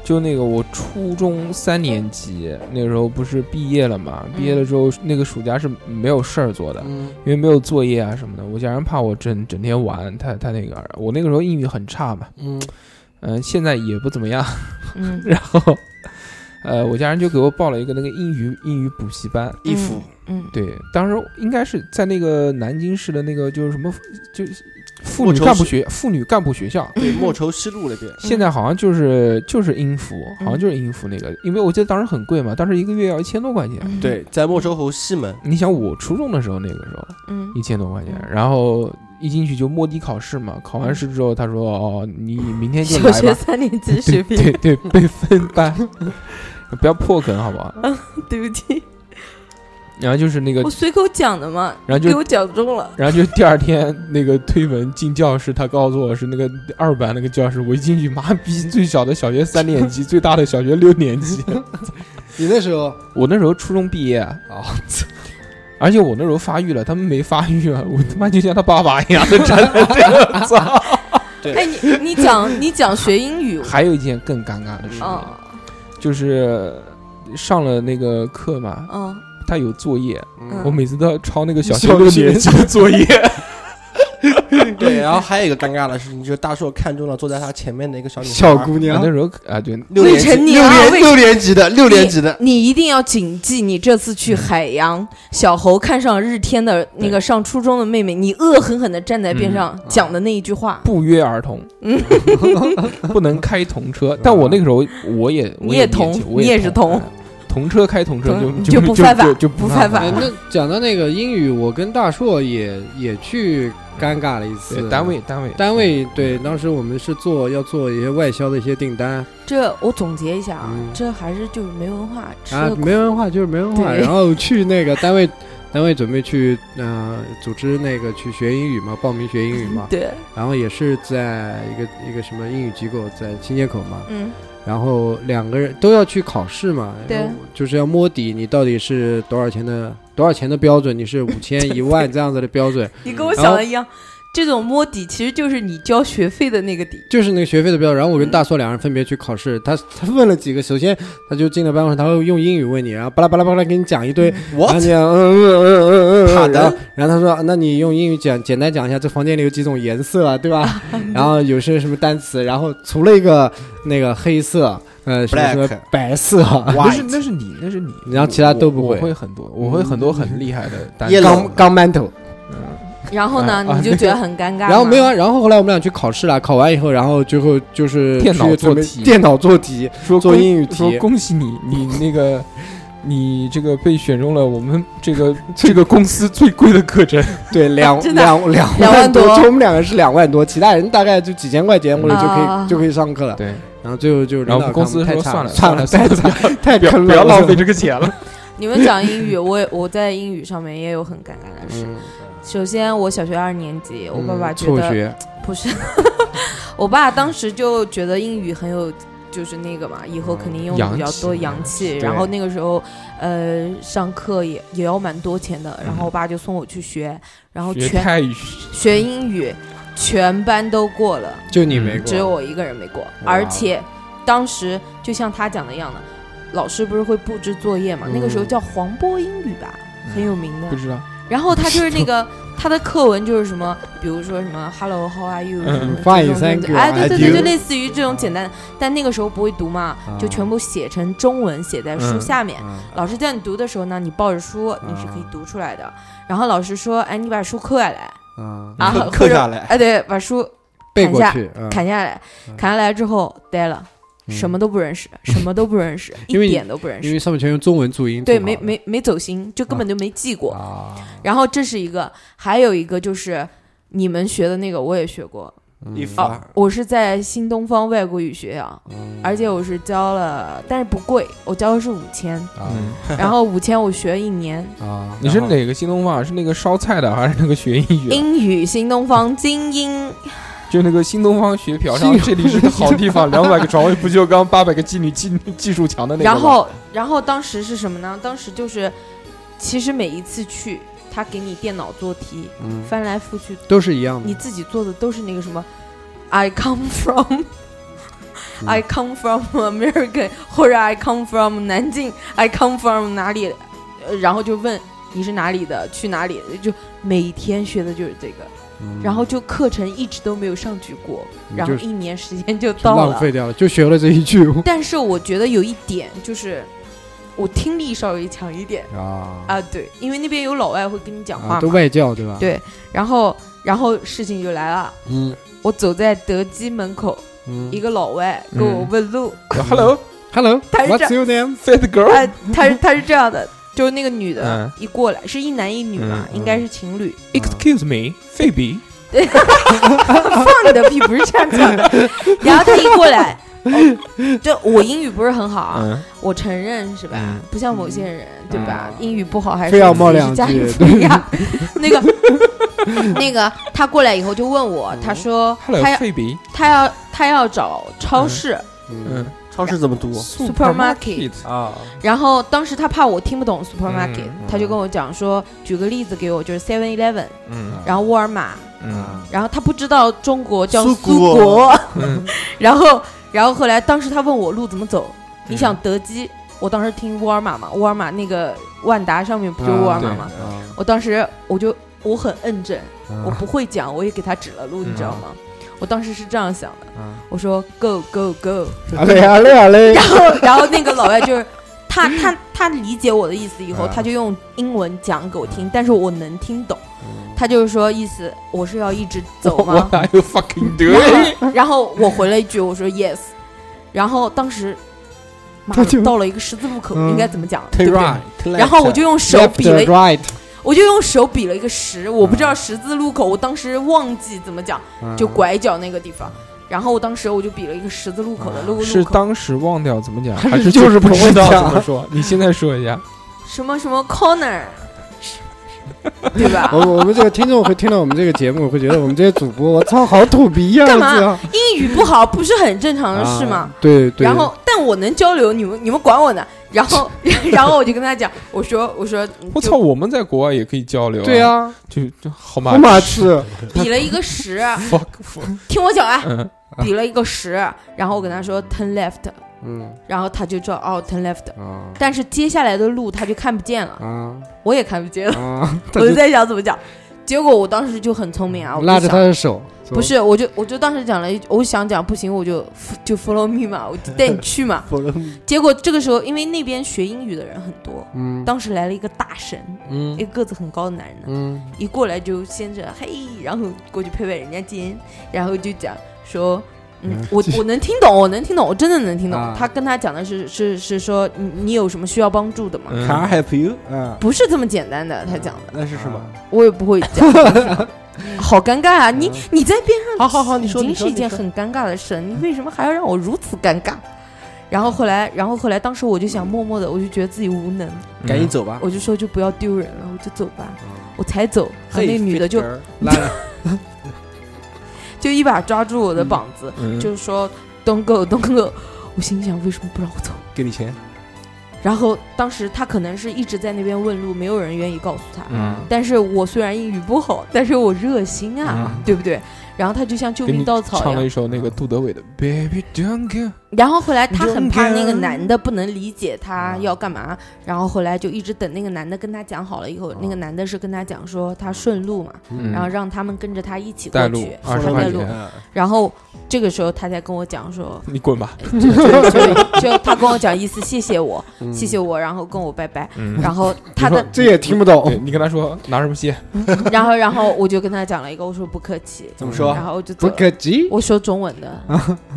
就那个我初中三年级那时候不是毕业了嘛，毕业了之后那个暑假是没有事儿做的，嗯因为没有作业啊什么的，我家人怕我整整天玩，太太那个，我那个时候英语很差嘛，嗯嗯、现在也不怎么样， (laughs) 嗯，然后，呃，我家人就给我报了一个那个英语英语补习班，衣服，嗯，嗯，对，当时应该是在那个南京市的那个就是什么，就是妇莫女愁干部是学妇女干部学校，嗯对，莫愁西路那边，现在好像就是就是英孚，好像嗯就是英孚那个，因为我记得当时很贵嘛，当时一个月要一千多块钱。嗯，对，在莫愁湖西门，你想我初中的时候那个时候嗯一千多块钱，嗯然后一进去就摸底考试嘛，考完试之后他说哦，你明天就小 (laughs) 来学吧，三年级水对平，对对，被分班， (laughs) 不要破梗好不好？对不起，然后就是那个我，随口讲的嘛，然后就给我讲中了。然后就第二天那个推门进教室，他告诉我是那个二班那个教室，我一进去，妈逼，最小的小学三年级，最大的小学六年 (laughs) 级。你那时候我那时候初中毕业啊，而且我那时候发育了，他们没发育啊，我他妈就像他爸爸一样的站在 (laughs) 这，操！哎，你你讲你讲学英语， (laughs) 还有一件更尴尬的事情，哦就是上了那个课嘛，哦，他有作业，嗯我每次都要抄那个小学小六学年级的作业。对，然后还有一个尴尬的事情，就是大硕看中了坐在他前面的一个小女孩，小姑啊娘那，时候啊， (laughs) 对，六年未级成年六啊年未六年级的六年级的，你一定要谨记，你这次嗯去海洋，小猴看上日天的那个上初中的妹妹，你恶狠狠的站在边嗯啊上讲的那一句话，不约而 (laughs) 同，嗯不能开同车。啊但我那个时候我也我你也也同年轻我你也是同，同哎同车开同车就同就就不就犯法就就不不犯法哎，那讲到那个英语，我跟大硕也也去尴尬了一次对，单位单位单位对，当时我们是做要做一些外销的一些订单这我总结一下啊，嗯这还是就是没文化，吃啊的，苦没文化就是没文化，对然后去那个单位，单位准备去呃组织那个去学英语嘛，报名学英语嘛，对，然后也是在一个一个什么英语机构在新街口嘛，嗯然后两个人都要去考试嘛，对，就是要摸底你到底是多少钱的多少钱的标准，你是五千一万这样子的标准，你跟我想的一样，这种摸底其实就是你交学费的那个底。就是那个学费的标准。然后我跟大硕两人分别去考试，他他问了几个，首先他就进了办公室，他会用英语问你，然后巴拉巴拉巴拉给你讲一堆，然后我你讲嗯嗯嗯嗯嗯，好嗯，的然后然后他说，那你用英语讲简单讲一下这房间里有几种颜色啊，对 (laughs) 吧？然后有些什么单词，然后除了一个那个黑色，呃，什么什么 Black 白色，那是那是你那是你，然后其他都不我我会嗯会很多，我会很多很厉害的单嗯 Yellow 钢钢馒头。然后呢，啊啊你就觉得很尴尬吗。 (laughs) 然后没有啊，然后后来我们俩去考试了，考完以后，然后最后就是电脑去做准备题电脑做题，说做恭英语题说恭喜你，你那个。你这个被选中了我们这个这个公司最贵的课 (laughs) 程，对，两真的两两两万万多就我们两个是两万多，其他人大概就几千块钱或者就可以、啊就可以上课了。对，然后最后就然后领导公看我司们说太算惨了 (laughs) 算了算太惨，太不要坑不了，要我浪费说。这个钱了。你们讲英语，我也我在英语上面也有很尴尬的 (laughs) 事。嗯，首先，我小学二年级，我爸爸觉辍得 (laughs) 学，不是，我爸当时就觉得英语很有就是那个嘛，以后肯定用阳比较气多阳气。对然后那个时候，呃，上课也也要蛮多钱的。然后我爸就送我去学，然后学全泰语，学英语，全班都过了，就你没嗯过，只有我一个人没过。而且当时就像他讲的一样的，老师不是会布置作业嘛？那个时候嗯叫黄波英语吧，很有名的不。知道然后他就是 (laughs) 那个他的课文就是什么，比如说什么 “Hello, how are you”，嗯什么 Fine, 这种 thank you, 哎，对 I 对对， do 就类似于这种简单的，但那个时候不会读嘛，就全部写成中文写在书下面。啊嗯啊老师叫你读的时候呢，你抱着书你是可以读出来的。然后老师说：“哎，你把书扣下来嗯啊，嗯或扣者下来哎，对，把书背过砍下去，嗯砍下来，嗯砍下来之后呆了，什么都不认识，什么都不认识，一因为你点都不认因识。为上面全用中文注音，对，没没没走心，就根本就没记过。啊，然后这是一个，还有一个就是你们学的那个我也学过，哦一嗯发啊我是在新东方外国语学校，嗯而且我是交了，但是不贵，我交的是五 (laughs) 千，嗯，然后五千我学了一 (laughs) 年。啊，你是然后哪个新东方啊？是那个烧菜的，还是那个学英语的？啊英语新东方精英，就那个新东方学嫖娼，这里是个好地方，两百个床位不锈钢，八百个妓女技技术强的那个吗。然后然后当时是什么呢？当时就是，其实每一次去，他给你电脑做题，嗯翻来覆去，都是一样你的，自己做的都是那个什么，I come from (laughs) 嗯。 I come from America，或者 I come from 南京，I come from 哪里，呃然后就问你是哪里的，去哪里，就每天学的就是这个，嗯然后就课程一直都没有上去过，你然后就是一年时间就到浪了。费掉了，就学了这一句但是我觉得有一点就是，我听力稍微强一点啊啊，对，因为那边有老外会跟你讲话都嘛，外教对吧？对然后然后事情就来了，嗯我走在德基门口，嗯一个老外给我问路，他是这，Hello，What's your name？ ，Hello，Fat 嗯 Girl，哎，他是他是这样的，就是那个女的嗯，一过来是一男一女嘛，嗯应该是情侣。 (laughs) Excuse me，费比，放你的屁，不是这样讲 (laughs) 的。然后他一过来，哦嗯就我英语不是很好啊，嗯，我承认是吧嗯？不像某些人，对吧嗯？英语不好还是非要冒两句加一分呀。 (laughs) 那个那个，他过来以后就问我，嗯他说 Hello，他要费比，他要他要找超市，嗯超市怎么读，Supermarket，啊？然后当时他怕我听不懂 supermarket，、嗯他就跟我讲说，举个例子给我，就是 Seven Eleven，嗯然后沃尔玛，啊嗯然后他不知道中国叫苏苏国国，嗯， (laughs) 然后然后后来当时他问我路怎么走，嗯你想德基，我当时听沃尔玛嘛，沃尔玛那个万达上面不嗯就沃尔玛 (laughs) 吗？啊我当时我就我很认真，嗯我啊不会讲，我也给他指了路，你知道吗？我当时是这样想的，嗯我说 go go go，啊嘞啊嘞啊嘞 (laughs) 然，后 (laughs) 然后那个老外就是他他他理解我的意思以后，啊他就用英文讲给我嗯听，但是我能听懂。他就是说意思我是要一直走我吗？哪有 fucking 然德？后然后我回了一句我说 yes，然后当时妈他就的到了一个十字路口，嗯应该怎么讲？对对不对？对然后我就用手 Left 嗯比了 and，right， (laughs) 我就用手比了一个十，我不知道十字路口，我当时忘记怎么讲， (laughs) 就管拐角那个地方。然后我当时我就比了一个十字路嗯口的路是路口，当时忘掉怎么讲，还还是是就是不不知知道道怎么说？你现在说一下，什么什么 corner，对吧？ (laughs) (laughs) 我我们这个听众会听到我们这个节目，会觉得我们这些主播，我操，好土逼呀！干嘛这样英语不好不是很正常的事吗？？对啊对。然后，但我能交流，你们你们管我呢。然后， (laughs) 然后我就跟他讲，我说我说，我操，，我们在国外也可以交流，对，啊，就就好嘛我，马是比了一个 (laughs) 十， fuck fuck，听我讲啊，嗯比了一个十，然后我跟他说 turn left，嗯然后他就知道哦 turn left，啊但是接下来的路他就看不见了，啊我也看不见了，啊！我就在想怎么讲。结果我当时就很聪明啊，我就拉着想他的手，不是，我就我就当时讲了一句，我想讲不行，我就就 follow me 嘛，我 (laughs) 就带你去嘛。结果这个时候，因为那边学英语的人很多，嗯当时来了一个大神，嗯一个个子很高的男人呢，嗯一过来就先是嘿，然后过去拍拍人家肩，然后就讲说。嗯嗯，我我能听懂，我能听懂，我真的能听懂。啊他跟他讲的是是是说你你有什么需要帮助的吗？嗯 Can I help you？嗯，不是这么简单的，他讲的，那是什么？我也不会讲， (laughs) 好尴尬啊！嗯你你在边上，好好好，你已说，经你是说，一件你说很尴尬的事，你为什么还要让我如此尴尬？然后后来，然后后来，当时我就嗯想默默的，我就觉得自己无能，嗯赶紧走吧。我就说就不要丢人了，我就走吧。我才走，然后嗯嘿那女的就 Victor 拉着就一把抓住我的膀子，嗯，嗯就是说 don't go don't go。我心想为什么不让我走？给 (laughs) 你钱，然后当时他可能是一直在那边问路，没有人愿意告诉他。嗯但是我虽然英语不好，但是我热心啊，嗯对不对？然后他就像救给命你稻草唱一了样。一首那个杜德伟的 Baby Don't Care，然后后来他很怕那个 Don't care 男的不能理解他啊要干嘛，然后后来就一直等那个男的跟他讲好了以后，那个男的是跟他讲说他顺路嘛，啊嗯然后让他们跟着他一起带过路去。二十说块带路钱，然后这个时候他才跟我讲说， (laughs) 你滚吧。就就就他跟我讲意思谢谢我，嗯谢谢我，然后跟我拜拜。嗯，然后他的 (laughs) 这也听不懂 (laughs) 对你跟他说拿什么鞋？然后，然后我就跟他讲了一个，我说不客气，怎么哦说然后我就走不了。可 (laughs) 及。我说中文 (laughs) 的，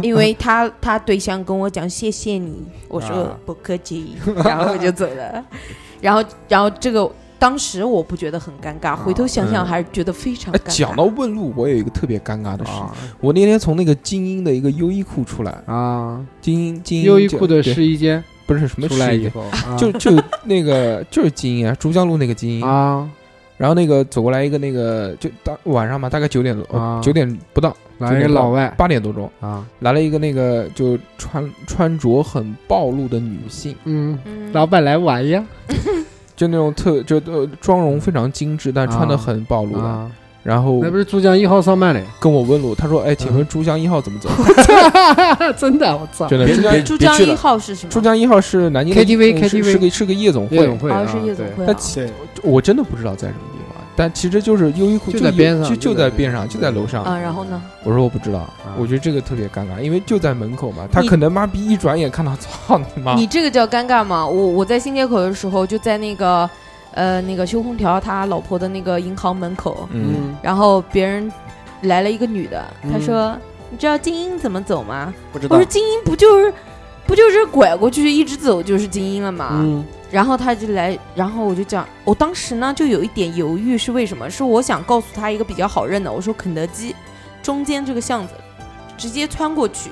因为他他对象跟我讲谢谢你，我说啊不客气， (laughs) 然后我就走了。然后，然后这个当时我不觉得很尴尬，回头想嗯想还是觉得非常哎尴，尬。讲到问路，我有一个特别尴尬的事情。啊我那天从那个精英的一个优衣库出来，啊！精英精英优衣库对的试衣间不是什么出来试衣以间，后，啊就就那个 (laughs) 就是精英啊，珠江路那个精英。啊然后那个走过来一个那个就当晚上嘛，大概九点多啊九点不到，来一个老外八点多钟啊，来了一个那个就穿穿着很暴露的女性，嗯，嗯，老板来玩呀就那种特就呃妆容非常精致，但穿的啊很暴露的。啊，然后那不是嗯珠江一号 (laughs) 上麦嘞？ (laughs) 跟我问路，他说：“哎，请问珠江一号怎么走真的，我操！？”真的，别珠江别珠别江去一了号是 (laughs) 什么？珠江一号是南京的 KTV 嗯是 KTV 是个是个夜总夜会总，会哦，啊，是夜总对会啊但。其对，我真的不知道在什么地方，但其实就是优衣库就有在边上就就在在边边上，上就在楼上。啊，然后呢？我说我不知道，啊我觉得这个特别尴尬，因为就在门口嘛，他可能妈逼一转眼看到，操你妈！你这个叫尴尬吗？我我在新街口的时候，就在那个呃那个修空调他老婆的那个银行门口，嗯，然后别人来了一个女的，她嗯说：“你知道精英怎么走吗不知？”我道说：“，精英不就是不就是拐过去一直走就是精英了吗？”嗯，然后她就来，然后我就讲，我当时呢就有一点犹豫，是为什么？是我想告诉她一个比较好认的，我说肯德基中间这个巷子直接穿过去，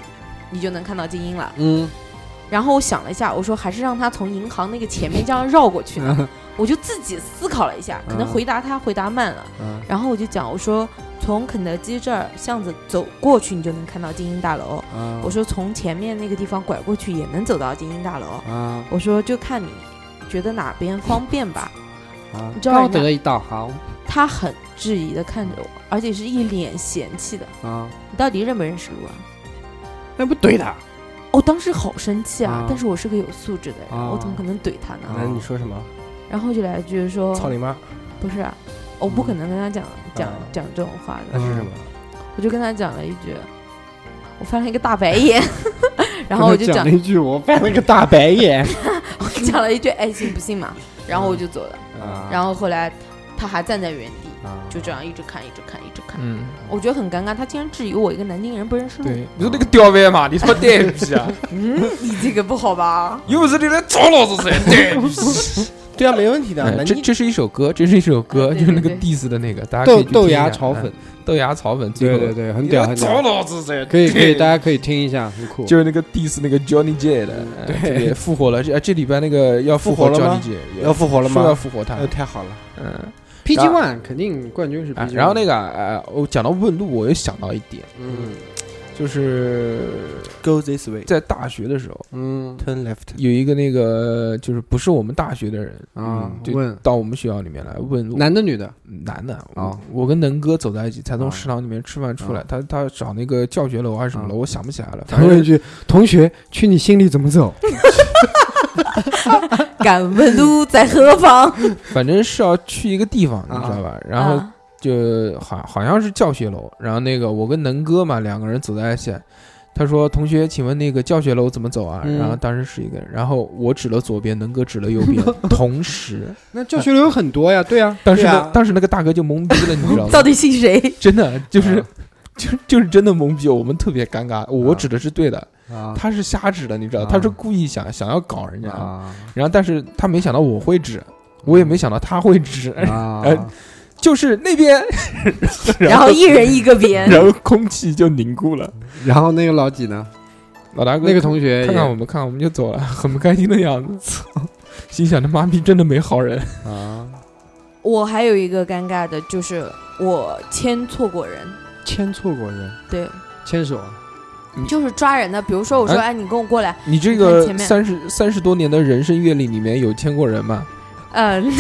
你就能看到精英了。嗯，然后我想了一下，我说还是让她从银行那个前面这样绕过去，嗯我就自己思考了一下，可能嗯回答她回答慢了。嗯然后我就讲，我说从肯德基这儿巷子走过去，你就能看到精英大楼。啊我说从前面那个地方拐过去也能走到精英大楼。啊我说就看你觉得哪边方便吧。啊你，知道高人家德一道行他很质疑的看着我，而且是一脸嫌弃的。啊，你到底认不认识路啊？那不怼他我、当时好生气啊！啊但是我是个有素质的人，啊我怎么可能怼他呢？啊那你说什么？然后就来一句说操你妈！不是啊，我不可能跟他讲讲啊讲这种话的那。是什么？我就跟他讲了一句，我翻了一个大白眼， (laughs) 然后我就讲了一句，我翻了个大白眼讲了一句，哎，信不信嘛？然后我就走了。啊然后后来他还站在原地，啊就这样一直看，一直看，一直看。嗯，我觉得很尴尬，他竟然质疑我一个南京人不认识路，对，你说那个屌歪嘛，你 (laughs) 他妈呆逼啊！你这个不好 (laughs) 吧？有本事你来找老子 (laughs) 噻，呆逼！对啊，没问题的。哎南这京这是一首歌，这是一首歌，啊哎对就是那个对对 diss 的那个，大家可豆以去豆听一下芽炒粉，，嗯豆芽炒粉，最对后对对，很你屌来很找屌，老子噻，可以可以，呆大家可以听一下，很酷。就是那个 diss 那个 Johnny J 的，对，也复活了。这这礼拜那个要复复活了吗 Johnny J，要复活了说要吗？复活他哎，，太好了，嗯。 PG One 肯定冠呃军是啊 PG，，然后那个呃，我讲到问路，我又想到一点，嗯就是，Go this way, 在大学的时候，嗯 turn left。有一个那个就是不是我们大学的人啊嗯，就问到我们学校里面来问路，男的女的男的啊我我跟能哥走在一起，才从啊食堂里面吃饭出来啊，他他找那个教学楼还是什么楼，啊我想不起来了，他反问正一句：“同学，去你心里怎么走敢问路在何方？反正是要去一个地方，你啊知道吧？然后啊就好好像是教学楼，然后那个我跟能哥嘛两个人走在一起，他说：“同学，请问那个教学楼怎么走啊？”嗯然后当时是一个人，然后我指了左边，能哥指了右 (laughs) 边，同时，？”那教学楼有很多呀，对呀，当时那、对啊当时那个大哥就懵逼了，你知道 (laughs) 到吗？底信 (laughs) 谁？真的就是啊。就就是真的懵逼，我们特别尴尬。我啊指的是对的，啊他是瞎指的，你知道，啊他是故意想想要搞人家，啊然后但是他没想到我会指，我也没想到他会指，啊！ (laughs) 就是那边，然后一人一个哎边， (laughs) 然后空气就凝固了。然后那个老几呢？老大哥那个同学看也看我们，看我们就走了，很不开心的样子。 (laughs) 心想他妈逼真的没好人。啊，我还有一个尴尬的就是我牵错过人，牵错过人，对牵手啊嗯就是抓人的。比如说，我说，哎哎，你跟我过来，你这你看个前面三十三十多年的人生阅历里面有签过人吗？嗯，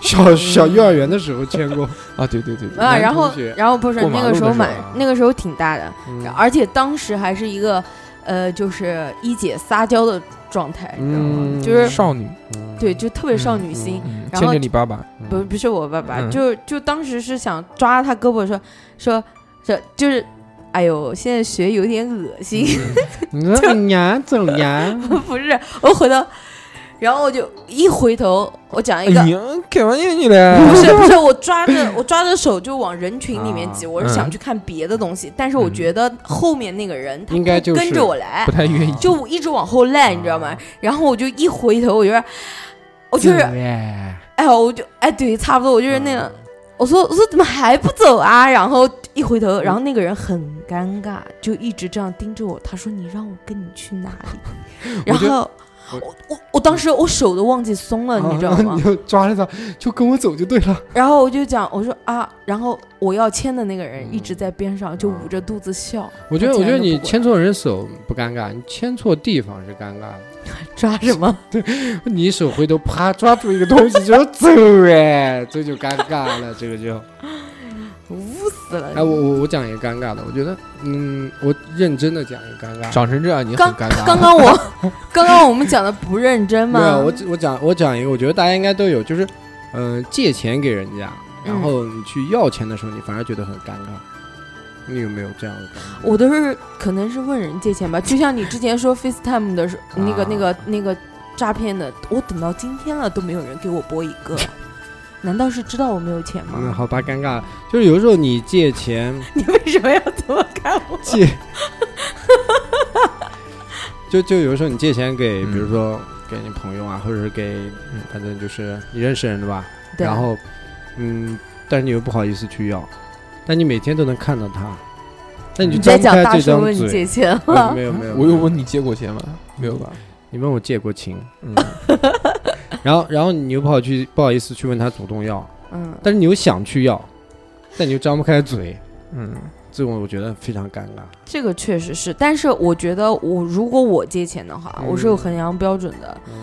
小小幼儿园的时候签过，啊，对对对，对啊，然后同学然后不是过马那路个时候的时候蛮啊嗯那个时候挺大的，嗯而且当时还是一个呃，就是一姐撒娇的状态，你知道吗？嗯就是少女，对，就特别少女心。嗯然牵后着你爸爸，不，不是我爸爸，嗯就就当时是想抓他胳膊说说说，就是，哎呦，现在学有点恶心。走哎呀走呀，嗯 (laughs) 不是，我回头，然后我就一回头，我讲一个，哎呀，开玩笑你嘞，不是不是，我抓着我抓着手就往人群里面挤，我是想嗯去看别的东西，但是我觉得后面那个人他 (laughs) 应该不就是跟着我来不，太啊愿意。就一直往后赖，你知道吗？然后我就一回头，我就是，我我就是，嗯哎呦，我就哎对，差不多，我就是那啊个。我说我说怎么还不走 (laughs) 啊？然后一回嗯头，然后那个人很尴尬，就一直这样盯着我。他说：“你让我跟你去哪里？” (laughs) 然我觉得后我我我我当时我手都忘记松了，呃你知道吗啊 (laughs) 你？就抓着他，就跟我走就对了。然后我就讲，我说啊，然后我要牵的那个人嗯一直在边上就捂着肚子 (laughs) 笑。我觉得，他我竟觉然都不得你管牵错人手不尴尬，你牵错地方是尴尬的。抓什么？你一手回头，啪抓住一个东西就走哎，这就尴尬了，这个就。捂死了！哎，我我我讲一个尴尬的，我觉得，嗯，我认真的讲一个尴尬。长成这样，你很刚尴 (laughs) 尬。刚刚我 (laughs) 刚刚我们讲的不认真没有，吗啊我？只我讲我讲一个，我觉得大家应该都有，就是，嗯、借钱给人家，然嗯后你去要钱的时候，你反而觉得很尴尬。你有没有这样的感觉？我都是可能是问人借钱吧，就像你之前说 FaceTime 的时候，那个啊那个那个诈骗的，我等到今天了都没有人给我拨一 (laughs) 个，难道是知道我没有钱嗯，吗？好吧，尴尬。就是有时候你借钱， (laughs) 你为什么要这么看我？ (laughs) 借，就就有时候你借钱给，嗯比如说给你朋友啊，或者是给，嗯反正就是你认识人的吧。对然后，嗯，但是你又不好意思去要，但你每天都能看到他，但你就你嗯在张不讲开大这叔张问你嘴。借钱呃了？没有没有，我没有问你借过钱吗？没有吧？你问我借过情，嗯， (laughs) 然后然后你又不好去不好意思去问他主动要， (laughs) 嗯，但是你又想去要，但你又张不开嘴，嗯，这种我觉得非常尴尬。这个确实是，但是我觉得我如果我借钱的话，我是有衡量标准的。嗯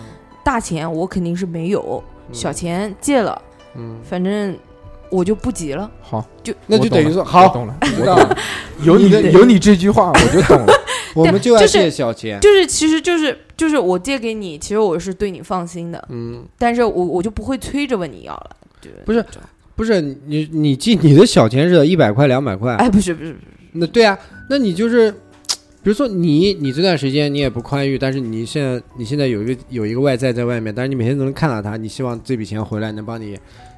大钱我肯定是没有，小，钱借了，嗯，反正我就不急了。好，那我就懂等于了说我好，懂了，知我道懂 (laughs) 了。有你你的有你这句话，我就懂了。我们就爱就是借小钱。就是其实就是就是我借给你，其实我是对你放心的，嗯，但是我我就不会催着问你要了。就不是，不是你你借你的小钱是一百块两百块，哎，不是不是不是，那对啊，那你就是，比如说你你这段时间你也不宽裕，但是你现在你现在有一个有一个外债在外面，但是你每天都能看到它，你希望这笔钱回来能帮你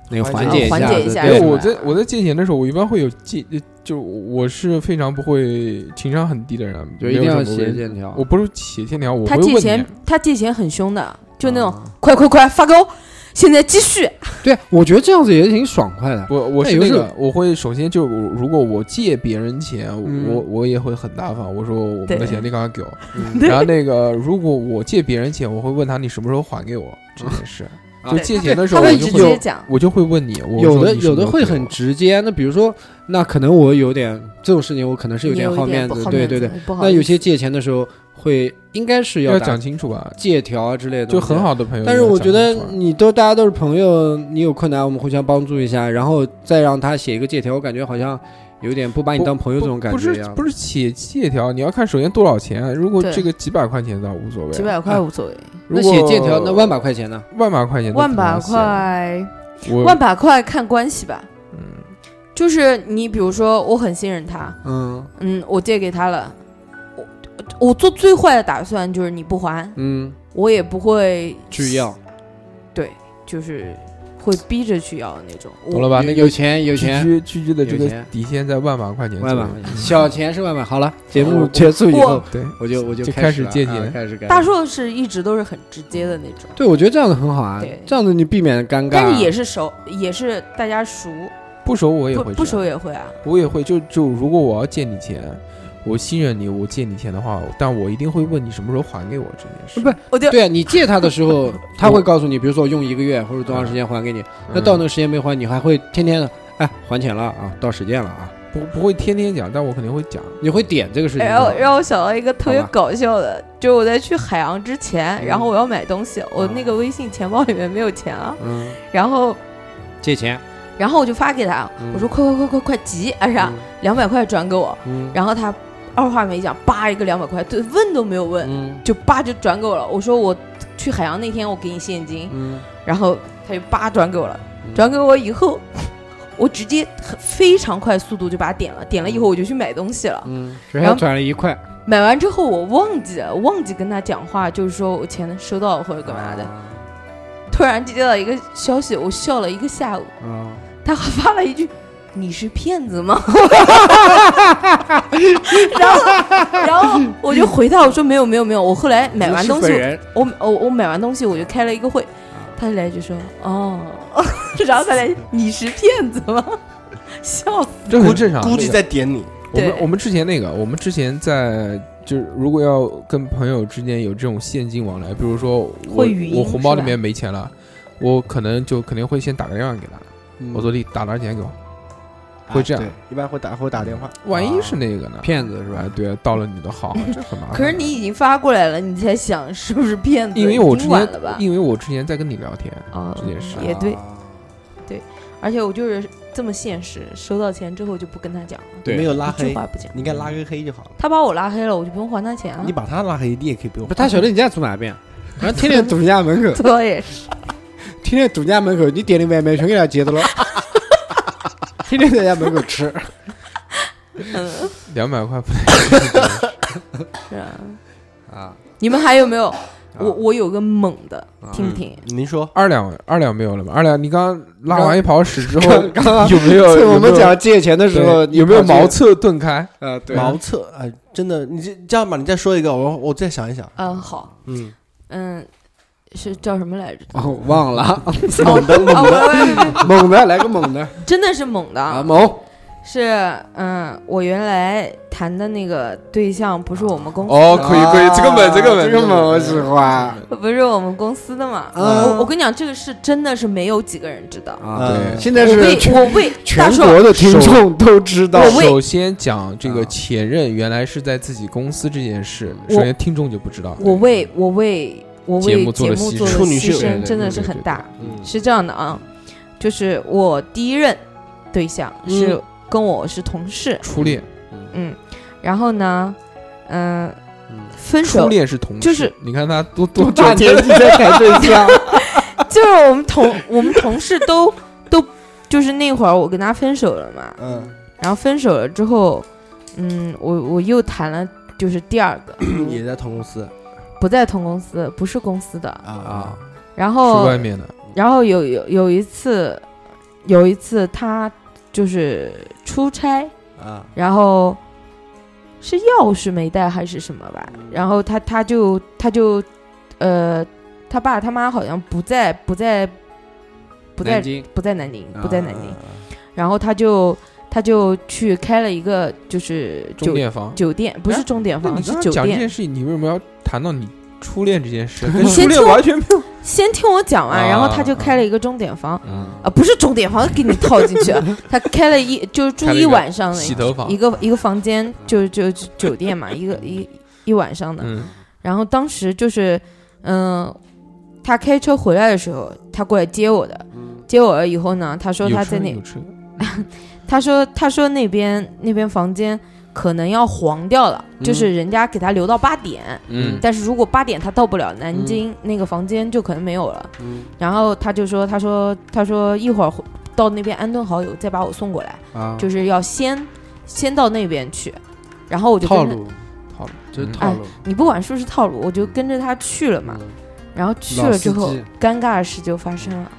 那个缓解解一下缓子，解一下因为是吧对，哎我在我在借钱的时候，我一般会有借，呃就我是非常不会情商很低的人，就没一有定要什么写问欠条。我不是写欠条，我他会借问钱你。他借钱很凶的，就那种、啊快快快发给我，现在继续。对，我觉得这样子也挺爽快的。我我那是有那时个，我会首先就我如果我借别人钱，嗯我我也会很大方，我说我没对钱，你赶快给我。嗯然后那个，如果我借别人钱，我会问他你什么时候还给我这件 (laughs) 事。啊就对借他钱的时他候，会我就会直会接讲，我就会问你，我有说的你什么有的时候会给我很直接，那比如说，那可能我有点这种事情，我可能是你点好一点面不子，好对面对子对。，不好那意有思些借钱的时候会应该是要打讲清楚啊，借条啊之类的东就西，很好的朋友也但要是讲我清楚啊。觉得你都大家都是朋友，你有困难我们互相帮助一下，然后再让他写一个借条，我感觉好像有点不把你当朋友这种感不觉是一样。不是写借条，你要看首先多少钱。如果对这个几百块钱倒无所谓，几百块无所谓，如那果写借条那万把块钱呢？万把块钱都万不能把写，块。我万把块看关系吧。嗯就是你比如说，我很信任他，嗯嗯，我借给他了，我我做最坏的打算就是你不还，嗯，我也不会去要，对，就是会逼着去要的那种。我懂了吧？有那有个钱有区钱，居区居的这有个钱底线在万把块钱左万右，把块钱，小钱是万把。好了，节目我结束以后，对，我就我就就开开始了借啊钱开始干大。硕是一直都是很直接的那种，对，我觉得这样子很好啊对，这样子你避免嗯尴尬。啊但是也是熟，也是大家熟，不熟我也不会这样不熟也会啊。我也会就就如果我要借你钱，我信任你，我借你钱的话，但我一定会问你什么时候还给我这件事。不我 (laughs) 就对啊，你借他的时候，他会告诉你，比如说我用一个月或者多长时间还给你。那到那嗯个时间没还，你还会天天的，哎，还钱了啊，到时间了啊，不不会天天讲，但我肯定会讲。你会点这个事情然后吗？让我想到一个特别好吧搞笑的，就我在去海洋之前，嗯然后我要买东西，我嗯那个微信钱包里面没有钱啊，嗯，然后借钱，然后我就发给他，嗯我说快快快快快急，啊啥，两百块转给我，嗯然后他二话没讲，叭一个两百块，对，问都没有问，嗯就叭就转给我了。我说我去海洋那天我给你现金，嗯然后他就叭转给我了，嗯转给我以后，我直接很非常快速度就把它点了，点了以后我就去买东西了。嗯，只然要后转了一块，买完之后我忘记了忘记跟他讲话，就是说我钱收到了或者干嘛的。啊突然接到一个消息，我笑了一个下午。啊，他还发了一句：“你是骗子吗？” (laughs) 然后，然后我就回他我说：“没有，没有，没有。”我后来买完东日本西，人我我我买完东西我就开了一个会，啊他就来一句说：“哦。” (laughs) 然后他来：“你是骗子吗？”笑死！这很正常。估计这个在点你，我们对我们之前那个，我们之前在就是如果要跟朋友之间有这种现金往来，比如说我会语音我红包里是吧面没钱了，我可能就肯定会先打个电话给他，嗯我说你打点钱给我，会这样啊一般会打会打电话。万一是那个呢对？骗子是是吧吧？？对，到了你的号，这很麻烦。可是你已经发过来了，你才想是不是骗子？因为我已之经晚前了吧？因为我之前在跟你聊天，啊这件事也对啊，而且我就是这么现实，收到钱之后就不跟他讲了，没有拉一句黑，话不讲。你应该拉个黑就好了。他把我拉黑了，我就不用还他钱了 (laughs) 你。把他拉黑，你也可以不用不，。他晓得你家住哪边，然后天天堵人 (laughs) 家门口，我也 (laughs) 是，天天堵人家门口，你点的外卖全给他 (laughs) 接的了，天天在家门口吃，嗯，两百块不，是啊。啊，你们还有没有？我啊我有个猛的，啊听不听？嗯您说二两二两没有了吗？二两，你刚拉完一泡屎之后， (laughs) 刚 (laughs) 刚有没有？在我有没们有讲借钱的时候，对有没有你跑去茅厕顿开？啊？对，茅厕哎，真的，你这这样吧，你再说一个，我我再想一想。嗯，好，嗯，嗯，是叫什么来着？哦，忘了， (laughs) 猛的嗯啊，猛喂的，喂喂喂猛的来个猛的真的是猛的啊，啊！猛是，嗯，我原来谈的那个对象不是我们公司，哦，可以可以，这个猛稳，这个稳，啊这个猛我喜欢不是我们公司的嘛？嗯我我跟你讲，这个是真的是没有几个人知道。啊！对现我在是为全我为大全硕，国的听众都知道我为首先讲这个前任原来是在自己公司这件事，我首先听众就不知道。我为我为我为节节目目做做了牺牲的处女牺秀对对牲真的对是对很对大。嗯是这样的啊，就是我第一任对象嗯是跟我是同事，初恋，嗯，然后呢，嗯、嗯分初手恋是同事，就是你看他多多多大年纪在谈 (laughs) 对象？ (laughs) 就是我们同我们同事都都就是那会儿我跟他分手了嘛，嗯，然后分手了之后，嗯，我我又谈了就是第二个，也在同公司不在同公司，不是公司的，啊啊，然是后外面的，然后有有有一次，有一次他就是出差，啊，然后是钥匙没带还是什么吧，然后他他就他就呃，他爸他妈好像不在不在不在南京不在南京啊不在南京，然后他就他就去开了一个就是钟酒点房。酒店，不哎是钟点那房你是刚刚酒讲这件店。事情，你为什么要谈到你初恋这件事？跟你初先恋听我完全没有。先听我讲完，然后他就啊啊开了一个钟点房。嗯，啊，不是钟点房，给你套进去。啊 (laughs) 他开了一就是住开了一一个晚上的洗头房一，个一个房间，就就就酒店嘛，一个一一晚上的。嗯，然后当时就是，嗯、他开车回来的时候，他过来接我的。接我了以后呢，他说嗯有他车在那有，车他说他说那边那边房间可能要黄掉了，嗯就是人家给他留到八点，嗯，但是如果八点他到不了南京，那个房间就可能没有了。嗯然后他就说，他说他说一会儿回到那边安顿好友再把我送过来，啊，就是要先先到那边去。然后我就套跟着，路，好了，这是嗯套路。你不管是不是套路，我就跟着他去了嘛。嗯然后去老了之司后机，尴尬的事就发生了。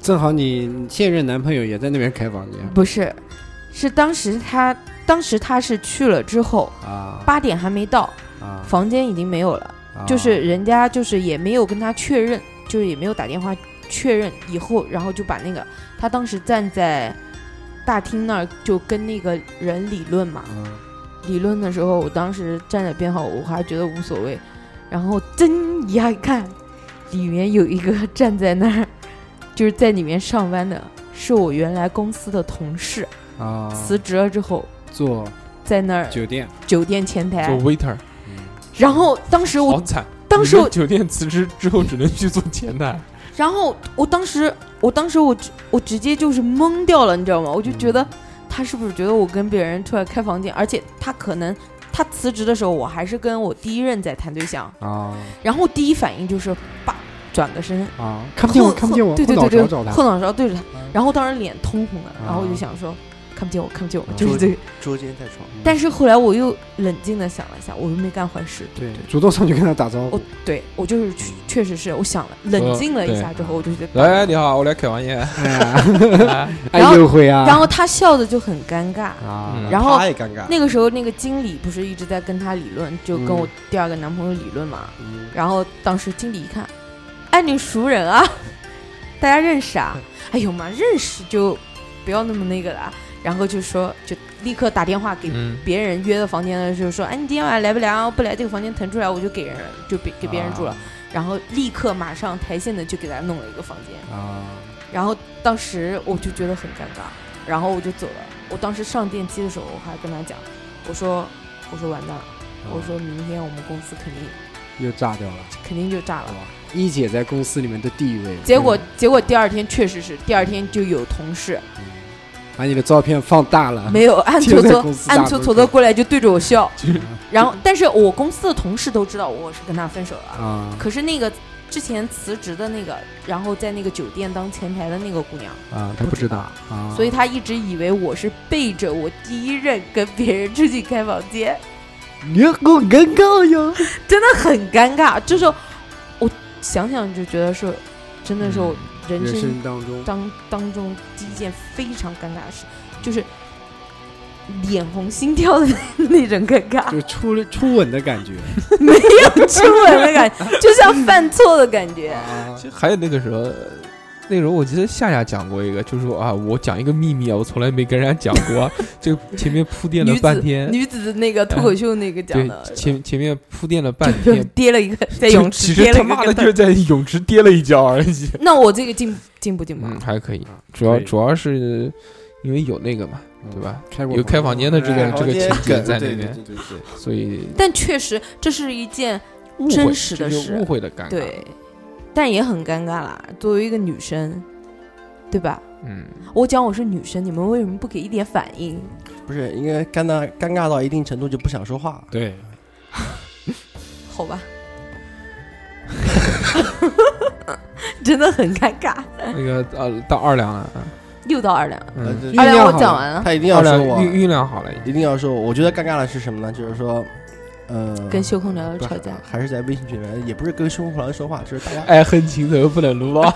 正好你现任男朋友也在那边开房间不是，是当时他，当时他是去了之后，啊八点还没到，啊，房间已经没有了，啊就是人家就是也没有跟他确认，就是也没有打电话确认以后，然后就把那个他当时站在大厅那儿就跟那个人理论嘛，嗯理论的时候，我当时站在边上，我还觉得无所谓，然后睁一下看，里面有一个站在那儿，就是在里面上班的，是我原来公司的同事，啊，辞职了之后，做在那儿酒店，酒店前做哦台， waiter，然后当时我好惨。当时你我们酒店辞职之后只能去做前台，然后我当时，我当时我直我直接就是懵掉了，你知道吗？我就觉得他是不是觉得我跟别人突然开房间，而且他可能他辞职的时候，我还是跟我第一任在谈对象，啊然后第一反应就是叭转个身，啊，看不见我，后看不见我，后对对后对脑对勺，找他后脑勺对着他嗯，然后当时脸通红的，然后我就啊想说看不见我，看不见我，啊就是就这个。捉奸在床，但是后来我又冷静的想了一下，我又没干坏事。对，主动上去跟他打招我呼，对我就是确确实是，我想了，冷静了一下之后，我就觉得来，你好，我来开房 (laughs) 间。哎呀，来哎呦会啊，然后他笑的就很尴尬，啊嗯然后他也尴尬，那个时候，那个经理不是一直在跟他理论，就跟我嗯第二个男朋友理论嘛。嗯然后当时经理一看，哎，你熟人啊， (laughs) 大家认识啊？哎呦妈，认识就不要那么那个了啊。然后就说，就立刻打电话给嗯，别人约的房间的时候说，哎，你今天晚上来不来啊？不来，这个房间腾出来，我就给人就给给别人啊住了。然后立刻马上台线的就给他弄了一个房间。啊，然后当时我就觉得很尴尬，然后我就走了。我当时上电梯的时候，我还跟他讲，我说我说完蛋了，我说明天我们公司肯定又炸掉了。肯定就炸了。一姐在公司里面的地位，结果结果第二天确实是，第二天就有同事嗯把你的照片放大了，没有暗啊就搓在搓 (laughs) 公司大暗搓搓门的口过来就对着我 (laughs) 笑，然后但是我公司的同事都知道我是跟他分手了，啊可是那个。之前辞职的那个，然后在那个酒店当前台的那个姑娘，啊，他不知道啊，所以她一直以为我是背着我第一任跟别人出去开房间，你好尴尬呀， (laughs) 真的很尴尬。就是我想想就觉得是，真的是我嗯人人生生当中当当中第一件非常尴尬的事，就是脸红心跳的那种尴 (laughs) 尬，就初了初吻的感觉，没有初吻的感 (laughs) 觉，就像犯错的感觉。啊其实还有那个时候，那时候我记得夏夏讲过一个，就是说啊，我讲一个秘密啊，我从来没跟人家讲过 (laughs) 啊，就前面铺垫了女子半天，女子的那个脱口秀那个讲对的，，前前面铺垫了半就天，跌了一个在就泳其池实跌了他一个妈的跟就是头。在泳池跌了一跤而已。那我这个进进步进步啊？嗯嗯，还可以，主要可以主要是因为有那个嘛，对吧？开过有开房间的这个哎这个情节在那对对边，对对对，所以但确实这是一件误会真实这的就事误会的尴尬。，对，啊但也很尴尬啦。作为一个女生，对吧？嗯，我讲我是女生，你们为什么不给一点反应？不是应该尴尬尴尬到一定程度就不想说话，对，好吧， (laughs) 真的很尴尬。那个呃，到二两了，又到二两，呃嗯，就二两酿我好讲了完了，他一定二要说两我，酝酝酿好了已经。一定要说我。我觉得尴尬的是什么呢？就是说，呃，跟修空调不是吵架，还是在微信群里面，也不是跟胸口上说话，就是大家，爱恨情仇不能撸啊！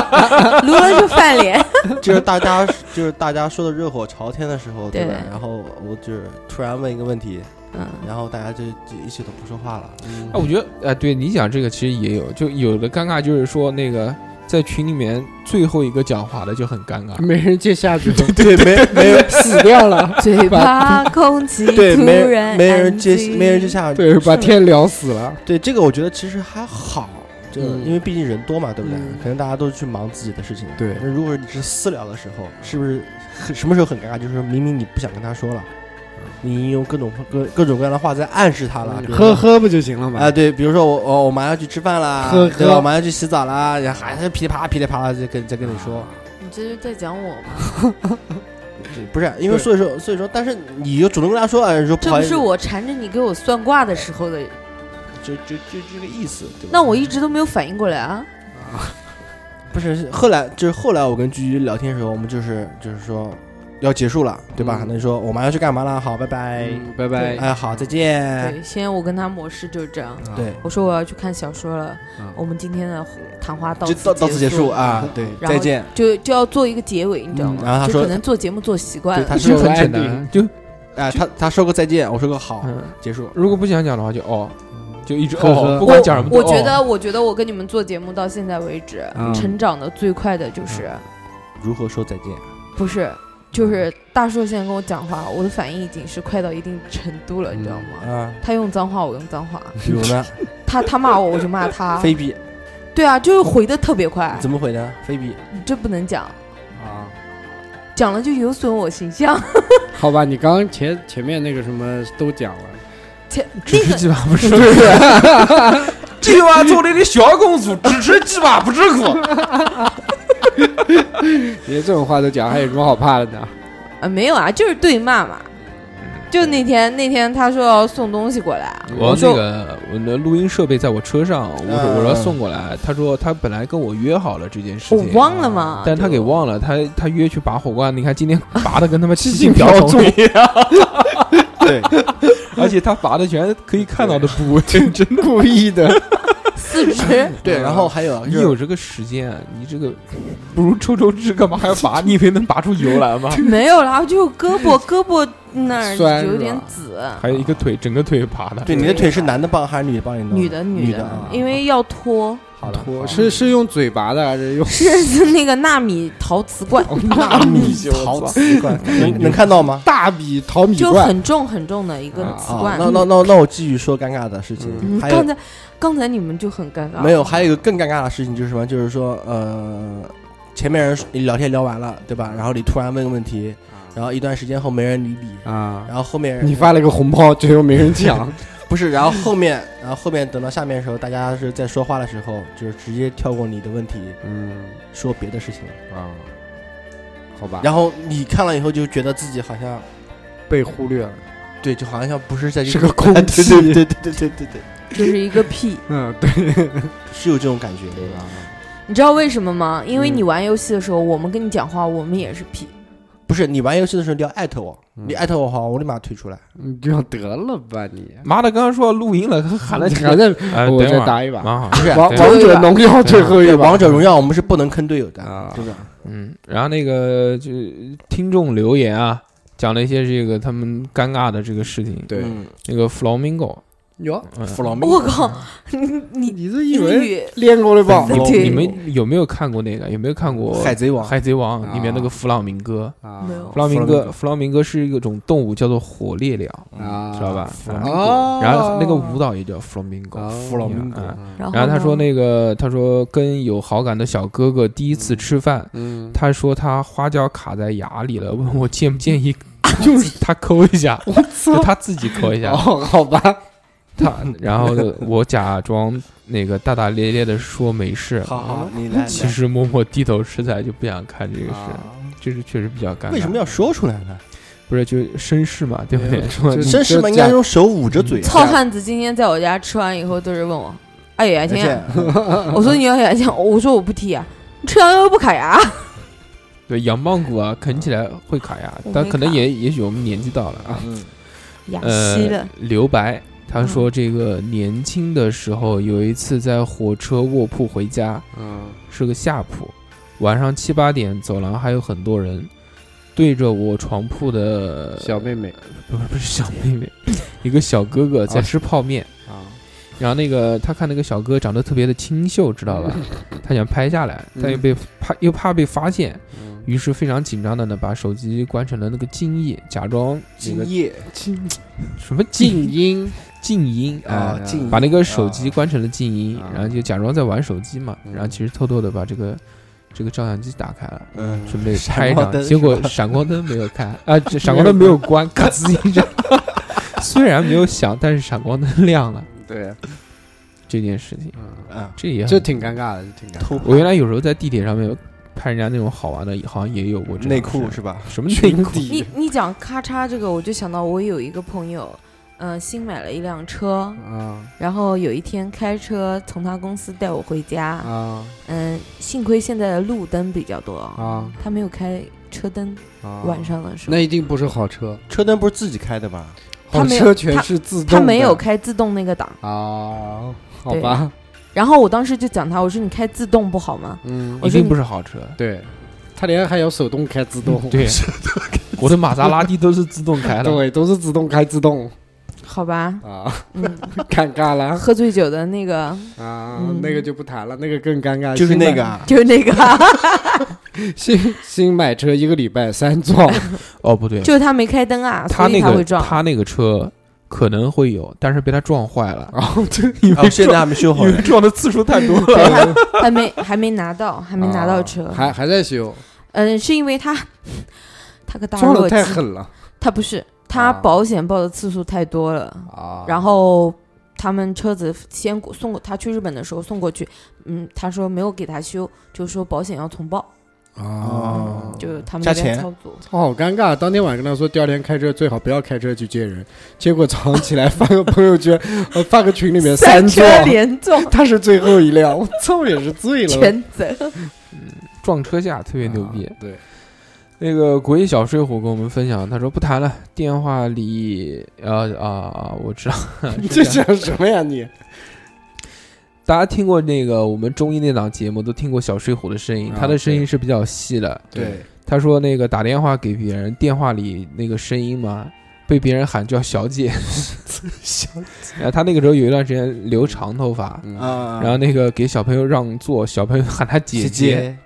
(laughs) 撸了就翻 (laughs) 脸。就是大家，就是大家说的热火朝天的时候，对吧对？然后我就是突然问一个问题，嗯，然后大家就就一起都不说话了。嗯哎，我觉得，哎，对你讲这个其实也有，就有的尴尬就是说那个在群里面最后一个讲话的就很尴尬，没人接下去，对， (laughs) 没没有死掉了，嘴巴空气对突没然人没安人接静没人接。下对，把天聊死了，对这个我觉得其实还好，这个嗯因为毕竟人多嘛，对不对嗯？可能大家都去忙自己的事情。对那如果你是私聊的时候，是不是很什么时候很尴尬？就是明明你不想跟他说了，你用各种各各种各样的话在暗示他了，比如呵说呵不就行了啊，嘛？对，比如说我我我马上要去吃饭啦，呵对吧呵我马上要去洗澡啦，然后还是噼里啪啦噼里啪啦就跟再跟你啊说，你这是在讲我吗？这不是因为所以说所以说，但是你又主动跟他说，哎，说不这好不意思，是我缠着你给我算卦的时候的，就就就这个意思，对吧？那我一直都没有反应过来啊。不是是后来就是后来我跟居居聊天的时候，我们就是就是说要结束了，对吧？嗯那就说我马上要去干嘛了，好，拜拜，嗯拜拜，哎，好，再见，对，现在我跟他模式就是这样。啊对，我说我要去看小说了，啊我们今天的谈话到就到到此结束，啊，对，然后再见。就就要做一个结尾，你知道吗？嗯然后他就说可能做节目做习惯对，他了，其实说很简单，就哎，他他说个再见，我说个好，嗯，结束。如果不想讲的话就哦，就一直呵呵哦，不管讲什么都我觉哦得，我觉得我跟你们做节目到现在为止，嗯成长的最快的就是嗯如何说再见？不是就是大硕现在跟我讲话，我的反应已经是快到一定程度了，你知道吗？啊，他用脏话，我用脏话；比如 (laughs) 呢，他他骂我，我就骂 (laughs) 他。啊菲比对啊，就是回的特别快，怎么回呢？菲比，这不能讲。啊，讲了就有损我形象。 (laughs) 好吧，你刚刚前前面那个什么都讲了，前只那吃个鸡巴不吃对狗，不对？这娃做了的小公主，只吃鸡巴不吃狗。你连这种话都讲，还有什么好怕的呢？啊，没有啊，就是对骂嘛。就那天那天他说要送东西过来啊，我我那说个我的录音设备在我车上，我说嗯我要送过来，他说他本来跟我约好了这件事我情，忘了嘛，但他给忘哦了，他他约去拔火罐，你看今天拔的跟他妈七进进瓢瓢中中一样， (laughs) (laughs) 对，而且他拔的全是可以看到的部位， (laughs) 真的。故意的，四肢对，然后还啊有你有这个时间，啊你这个不如抽抽脂，干嘛还要拔？你以为能拔出油来吗？没有了，就胳膊胳膊那儿酸有是点吧紫，还有一个腿，整个腿拔的。对你的腿是男的帮还是女的帮你弄？女的女的啊，因为要脱，好的我是是用嘴拔的还是用 (laughs) 是那个纳米陶瓷罐，大米好 (laughs) 奇怪，能能看到吗？大米淘米就罐？很重很重的一个啊瓷啊，罐。那那那那我继续说尴尬的事情，嗯还有刚才刚才你们就很尴尬，没有，还有一个更尴尬的事情就是什么？就是说，呃，前面人聊天聊完了，对吧？然后你突然问个问题，啊然后一段时间后没人理你，啊，然后后面你发了个红包，最后没人抢，不是，然后后面，然后后面等到下面的时候，大家是在说话的时候，就是直接跳过你的问题，嗯说别的事情。啊，好吧，然后你看了以后就觉得自己好像，被忽略了，对，就好像不是在这是个空气， (laughs) 对对对对对对对，就是一个屁。嗯，对， (laughs) 是有这种感觉，对吧？你知道为什么吗？因为嗯你玩游戏的时候，我们跟你讲话，我们也是屁。不是，你玩游戏的时候你要艾特我，你艾特我的话，我立马退出来。你就想得了吧你，妈的，刚刚说要录音了，还喊了几个反正哎，我等一再会儿打一把，蛮好。不是，王对王者荣耀最后一对把，王者荣耀我们是不能坑队友的，啊真的。嗯，然后那个就听众留言啊，讲了一些这个他们尴尬的这个事情。对，嗯那个 flamingo，哟，嗯，弗朗明我靠，你你你这英英文语练过了吧？对你们有没有看过那个？有没有看过《海贼王，海贼王》啊里面那个弗朗明哥？啊没有弗朗明哥， Flamingo 弗朗明哥是一种动物，叫做火烈鸟，嗯啊，知道吧？啊哦，然后那个舞蹈也叫 flamingo。哦弗朗明哥嗯，然后然后他呢说那个，他说跟有好感的小哥哥第一次吃饭，嗯，他说他花椒卡在牙里了， (laughs) 问我建不建议，就是他抠一下，我操就，他自己抠一下，哦，好吧，他然后呢我假装那个大大咧咧的说没事，好好，你来。其实默默低头吃菜，就不想看这个事，啊这是确实比较尴尬。为什么要说出来呢？不是就绅士嘛，对不对没？有说就你是绅士们应该用手捂着嘴啊。糙汉子今天在我家吃完以后，都是问我：“哎，牙而签啊且， (laughs) 我说你要牙签，我说我不剔啊，吃完又不卡牙。 (laughs) 对羊棒骨啊，啃起来会卡牙我，但没可能卡也也许我们年纪到了啊。嗯，牙稀呃了，，留白他说这个年轻的时候有一次在火车卧铺回家，嗯，是个下铺，晚上七八点，走廊还有很多人，对着我床铺的小妹妹不是不是小妹 (laughs) 妹，一个小哥哥在吃泡面，啊，然后那个他看那个小哥长得特别的清秀，知道吧？他想拍下来，但又被怕又怕被发现，嗯于是非常紧张的呢，把手机关成了那个静音，假装敬业什么静静音嗯静音啊啊，，敬业把那个手机关成了静音啊，然后就假装在玩手机嘛，嗯然后其实偷偷的把这个这个照相机打开了。嗯准备闪拍一光张，灯结是果吧闪光灯没有开 (laughs) 啊，这闪光灯没有 (laughs) 关，咔吱一下。虽然没有响，但是闪光灯亮了对，这件事情，嗯，啊，这也很这挺尴尬的，挺尴尬偷我原来有时候在地铁上面拍人家那种好玩的，好像也有过这种内裤事是 (laughs) 吧？什么内裤？你你讲咔嚓这个，我就想到我有一个朋友，嗯、新买了一辆车，啊然后有一天开车从他公司带我回家，啊嗯，幸亏现在的路灯比较多，啊他没有开车灯，啊！晚上的时候那。一定不是好车，车灯不是自己开的吗？他好没有车全是自动的，他没有开自动那个档，啊，好吧，然后我当时就讲他，我说你开自动不好吗？嗯，一我觉得定你不是好车。对，他连还有手动开自动，对，我的玛莎拉蒂都是自动 (laughs) 开的。对，都是自动开自动好吧，啊，嗯，尴尬 (laughs) 了喝醉酒的那个啊嗯，那个就不谈了，那个更尴尬，就是新买那个啊，就是那个，新新买车一个礼拜三 (laughs) 撞，哦，不对，就是他没开灯啊，他所那以他个会撞。他那个车可能会有，但是被他撞坏了，然后这 (laughs) 因哦为现撞在还没修好因呢为。 (laughs) 撞的次数太多了。对，还还没还没拿到，还没拿到车，啊还还在修，嗯，是因为他他个大装弱的鸡太，狠了他不是他啊保险报的次数太多了，啊！然后他们车子先过送过他去日本的时候送过去，嗯，他说没有给他修，就说保险要重报，哦啊，就他们加那边钱操作。好尴尬！当天晚上跟他说，第二天开车最好不要开车去接人。结果早上起来发个朋友 (laughs) 圈，呃，发个群里面三车座，连撞他是最后一辆， (laughs) 我操，也是醉了，全责，撞车架特别牛逼。啊对，那个国一小睡虎跟我们分享，他说不谈了，电话里呃啊啊，我知道， (laughs) 你这想什么呀你？大家听过那个我们中医那档节目，都听过小睡虎的声音，啊他的声音是比较细的。对，他说那个打电话给别人，电话里那个声音嘛，被别人喊叫小姐， (laughs) 小姐。 (laughs) 呃他那个时候有一段时间留长头发，啊，然后那个给小朋友让座，小朋友喊他姐姐姐，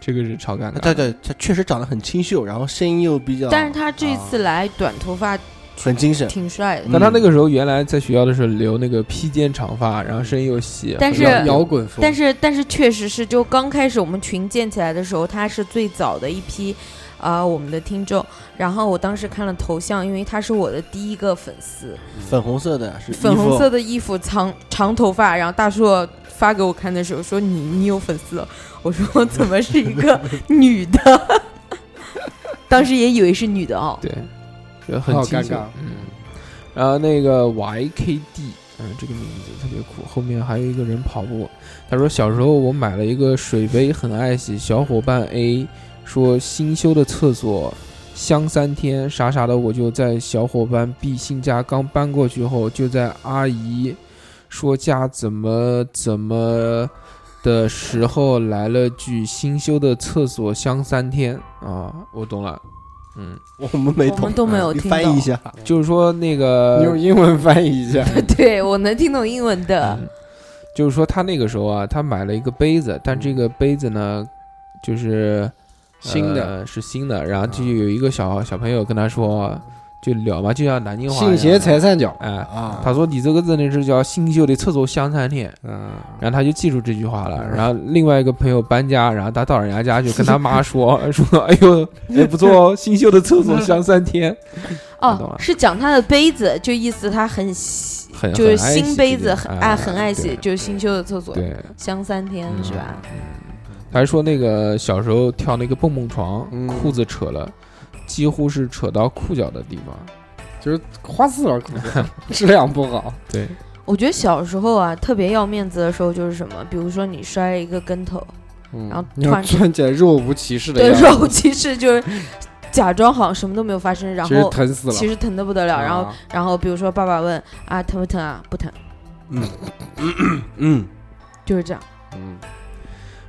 这个是超啊尴尬。对，对，她确实长得很清秀，然后声音又比较，但是他这次啊来短头发很精神，挺帅的，但他那个时候原来在学校的时候留那个披肩长发，然后声音又细，但是摇摇摇滚风，但是但是确实是，就刚开始我们群建起来的时候，他是最早的一批，啊、我们的听众。然后我当时看了头像，因为他是我的第一个粉丝，粉红色的是粉红色的，的衣服，长长头发。然后大硕发给我看的时候说：“你你有粉丝了？”我说：“我怎么是一 (laughs) 个女的？”当时也以为是女的哦。对，就很好清尴秀尬。嗯，然后那个 YKD，嗯，这个名字特别酷。后面还有一个人跑步，他说小时候我买了一个水杯，很爱惜。小伙伴 A 说新修的厕所香三天，傻傻的我就在小伙伴 B 新家刚搬过去后，就在阿姨说家怎么怎么。的时候来了句“新修的厕所香三天”啊，我懂了，嗯，我们没我们懂，都没有呃你听翻懂译一下，就是说那个你用英文翻译一下， (laughs) 对我能听懂英文的，嗯就是说他那个时候啊，他买了一个杯子，但嗯这个杯子呢，就是新的呃是新的。然后啊就有一个小小朋友跟他说，嗯就聊嘛，就像南京话一样信邪财三角，哎，啊，他说你这个真的是叫新秀的厕所香餐店。嗯，然后他就记住这句话了。嗯然后另外一个朋友搬家，然后他到人家家就跟他妈说 (laughs) 说，哎呦，也不错哦，新秀的厕所香三 (laughs) 天，我懂哦了，是讲他的杯子，就意思他很喜很就是很爱惜新杯这子个很哎爱很爱惜，就是新修的厕所，对。香三天嗯是吧？还说那个小时候跳那个蹦蹦床，嗯裤子扯了，几乎是扯到裤脚的地方。就是花四老裤子， (laughs) 质量不好，对，我觉得小时候啊，特别要面子的时候就是什么，比如说你摔一个跟头，嗯然后你要突然 (laughs) 穿起来若无其事的对样子，肉其实就是假装好像什么都没有发生，然其实后疼死了，其实疼的不得了，然后啊然后比如说爸爸问啊疼不疼啊，不疼，嗯，就是这样。嗯，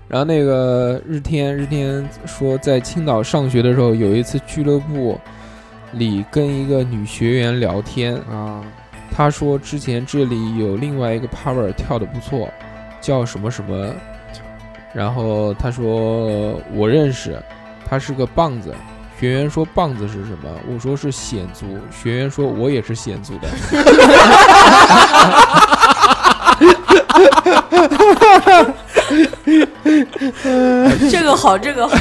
然后那个日天，日天说在青岛上学的时候，有一次俱乐部里跟一个女学员聊天，啊，她说之前这里有另外一个 power 跳的不错，叫什么什么，然后她说我认识，他是个棒子。学员说棒子是什么？我说是显族。学员说我也是显族的。这个好，这个好，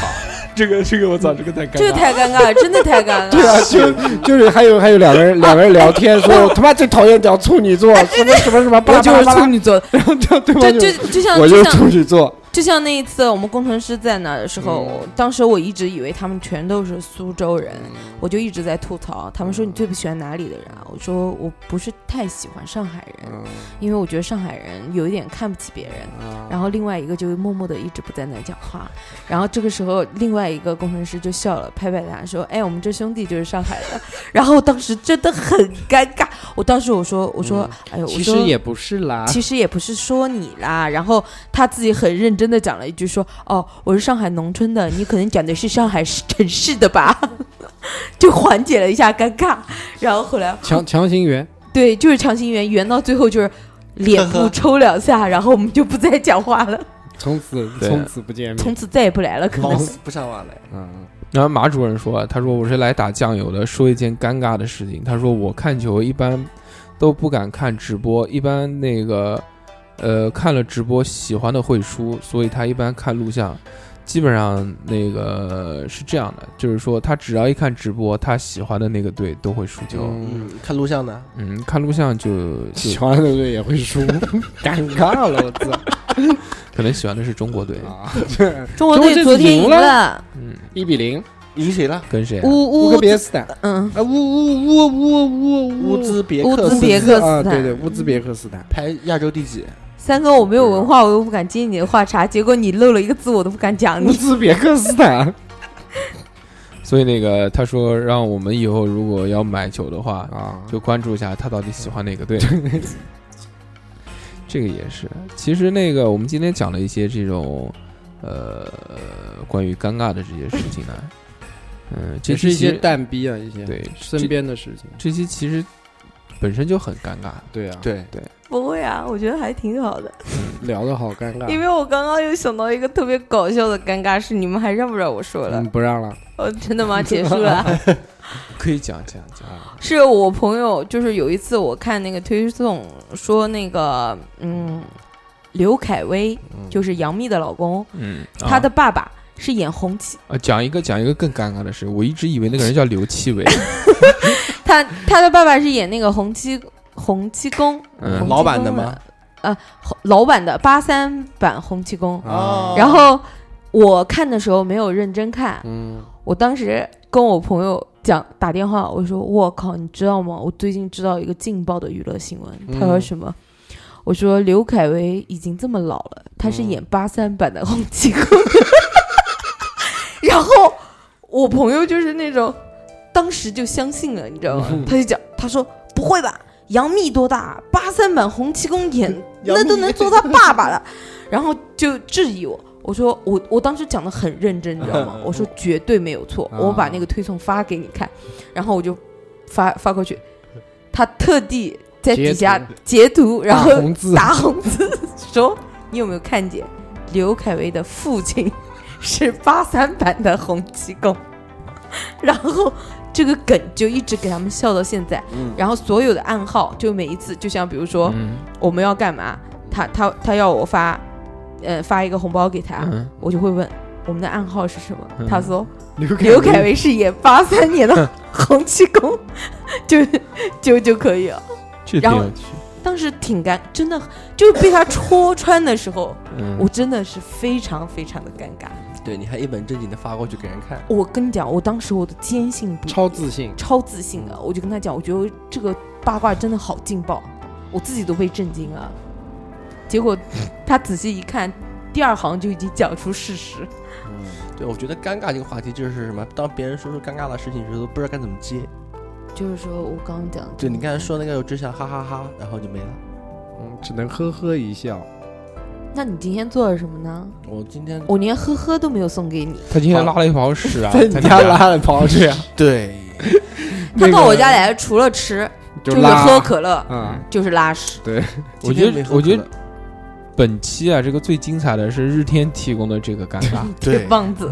这个这个我操，这个太尴这个太尴尬了，真的太尴尬对了。啊，就就是还有还有两个人两个人聊天说， (laughs) 我他妈最讨厌讲处女哎座，什么什么什么，巴我拉就巴是拉巴处拉，女座的，然后就 (laughs) 对就方就就像 (laughs) 我就就是像处女座，就像那一次我们工程师在那的时候，嗯当时我一直以为他们全都是苏州人，我就一直在吐槽。他们说你最不喜欢哪里的人啊？我说我不是太喜欢上海人，嗯因为我觉得上海人有一点看不起别人。嗯啊然后另外一个就默默的一直不在那讲话，然后这个时候另外一个工程师就笑了，拍拍他说：“哎，我们这兄弟就是上海的。”然后当时真的很尴尬，我当时我说我说、哎呦，我说不是啦其实也不是说你啦，然后他自己很认真的讲了一句说，哦，我是上海农村的，你可能讲的是上海市城市的吧， (laughs) 就缓解了一下尴尬。然后后来哦强强行圆，对，就是强行圆，圆到最后就是脸部抽两下，然后我们就不再讲话了，从此对啊从此不见从面，此再也不来了，可老能死不相往来，嗯，然后马主任说，他说我是来打酱油的，说一件尴尬的事情。他说我看球一般都不敢看直播，一般那个呃看了直播喜欢的会输，所以他一般看录像。基本上那个是这样的，就是说他只要一看直播，他喜欢的那个队都会输球。嗯，嗯，看录像的，嗯，看录像就喜 (laughs) 就欢的队也会输， (laughs) 尴尬了，我操！可能喜欢的是中国队。 (laughs) 啊，这中国中国队队昨天赢赢了了，嗯，一比零，赢谁了？跟谁啊、乌乌乌克别斯坦嗯，啊，乌乌乌乌乌乌兹别乌克兹斯别克啊，斯对坦对，乌兹别克斯坦，排亚洲第几？三哥，我没有文化，我又不敢接你的话茬，结果你漏了一个字，我都不敢讲乌你。兹别克斯坦所以那个他说让我们以后如果要买球的话，啊，就关注一下他到底喜欢哪个队。这个也是，其实那个我们今天讲了一些这种，呃，关于尴尬的这些事情呢，嗯、这也期是一其实些蛋逼啊，一些对身边的事情，这期其实本身就很尴尬，对啊，对， (laughs) 不会啊，我觉得还挺好的，聊的好尴尬因，为我刚刚又想到一个特别搞笑的尴尬事，你们还让不让我说了嗯，？不让了哦，真的吗？结束了。可以讲讲讲。啊，是我朋友，就是有一次我看那个推送说那个，嗯，刘恺威嗯就是杨幂的老公，嗯，他的爸爸是演红旗，啊，讲一个讲一个更尴尬的事，我一直以为那个人叫刘七伟，他他的爸爸是演那个洪七洪七公，嗯洪七老板的公吗？呃，洪老板的八三版洪七公。哦啊然后我看的时候没有认真看，嗯，我当时跟我朋友讲打电话，我说我靠，你知道吗？我最近知道一个劲爆的娱乐新闻。嗯他说什么？我说刘恺威已经这么老了，他是演八三版的洪七公。 (laughs) 然后我朋友就是那种，当时就相信了，你知道吗？他就讲，他说不会吧，杨幂多大？八三版洪七公演杨那幂都能做他爸爸了， (laughs) 然后就质疑我。我说我我当时讲的很认真，你知道吗？我说绝对没有错，啊我把那个推送发给你看，然后我就发发过去，他特地在底下截图，然后大红 (laughs) 字打红字说你有没有看见刘恺威的父亲 (laughs) 是八三版的洪七公， (laughs) 然后这个梗就一直给他们笑到现在，嗯然后所有的暗号就每一次就像比如说。嗯我们要干嘛？他他他要我发，呃，发一个红包给他，嗯，我就会问我们的暗号是什么。嗯他说刘刘恺威是演八三年的洪七公， (laughs) 就就就可以了。这挺然后有趣。当时挺尴，真的就是被他戳穿的时候，嗯，我真的是非常非常的尴尬。对，你还一本正经的发过去给人看，我跟你讲，我当时我的坚信不疑，超自信，超自信的，我就跟他讲，我觉得这个八卦真的好劲爆，我自己都被震惊了。结果他仔细一看，第二行就已经讲出事实。对，我觉得尴尬这个话题就是什么？当别人说出尴尬的事情的时候，都不知道该怎么接。就是说我刚刚讲的，就你刚才说那个，我只想哈哈哈，然后就没了。嗯，只能呵呵一笑。那你今天做了什么呢？我今天我连呵呵都没有送给你。他今天拉了一泡屎啊，在你家拉拉了跑这样，对，他那个到我家来，除了吃就是拉喝可嗯乐，啊，就是拉屎。我今觉天得没喝我觉可得本期啊，这个最精彩的是日天提供的这个尴尬，乐对，棒子，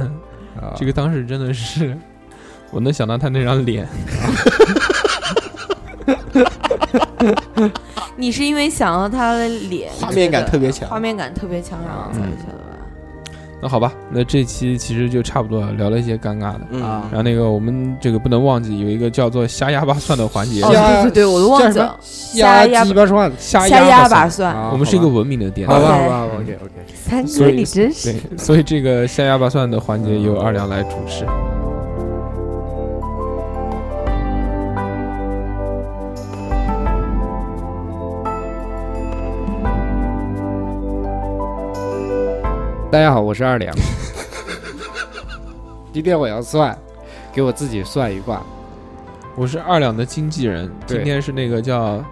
啊这个当时真的是， (laughs) 我能想到他那张脸，你是因为想到他的脸，画面感觉得特别强画面感特别强，然后才嗯觉得吧。那好吧，那这期其实就差不多了，聊了一些尴尬的。嗯啊然后那个我们这个不能忘记有一个叫做“瞎压巴蒜”的环节哦，，对对对，我都忘记了。瞎瞎鸡巴涮，瞎瞎压压巴蒜把蒜，啊我们是一个文明的电好吧台，好吧好吧，OK OK。三所哥以你真是。对，所以这个瞎压巴蒜的环节由二两来主持。大家好，我是二两。 (laughs) 今天我要算，给我自己算一卦我是二两的经纪人，对今天是那个叫啊！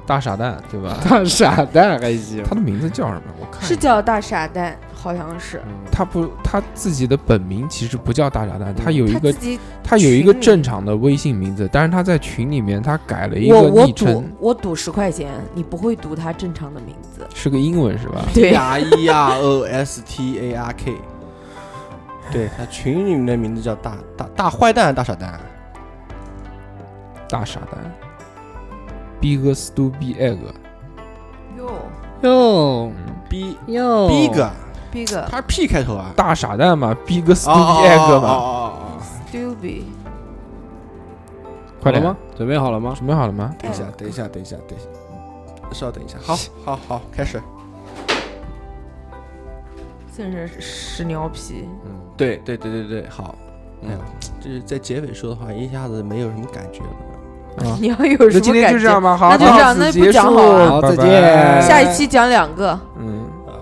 (laughs) 大傻蛋，对吧？ (laughs) 大傻蛋还行，他的名字叫什么？我看是叫大傻蛋，好像是。他不，他自己的本名其实不叫大傻蛋，他有一嗯他个自己，他有一个群里正常的微信名字，但是他在群里面他改了一我个我昵赌称，我赌十块钱，你不会读他正常的名字。是个英文是吧？对， R E R O S T A R K。对他群里面的名字叫大大大坏蛋大傻蛋，啊大傻蛋，Big Stupid Egg，哟，哟嗯，逼哟逼哥，逼个它是 P 开头啊，大傻蛋嘛，Big 哦 Stupid Egg 嘛，哦哦哦哦哦 stupid，快点好了吗？？准备好了吗？准备好了吗？等一哎下，等一下，等一下，等一下，稍等一 (laughs) 下，好，好，好，开始。真是屎尿屁。嗯，对对对对对，好。哎呀嗯，就是在结尾说的话，一下子没有什么感觉了。啊，你要有什那么今天感就觉这样吧，好，那就到这样此那结不讲束好了好拜再拜见下一期讲两个，嗯，呃，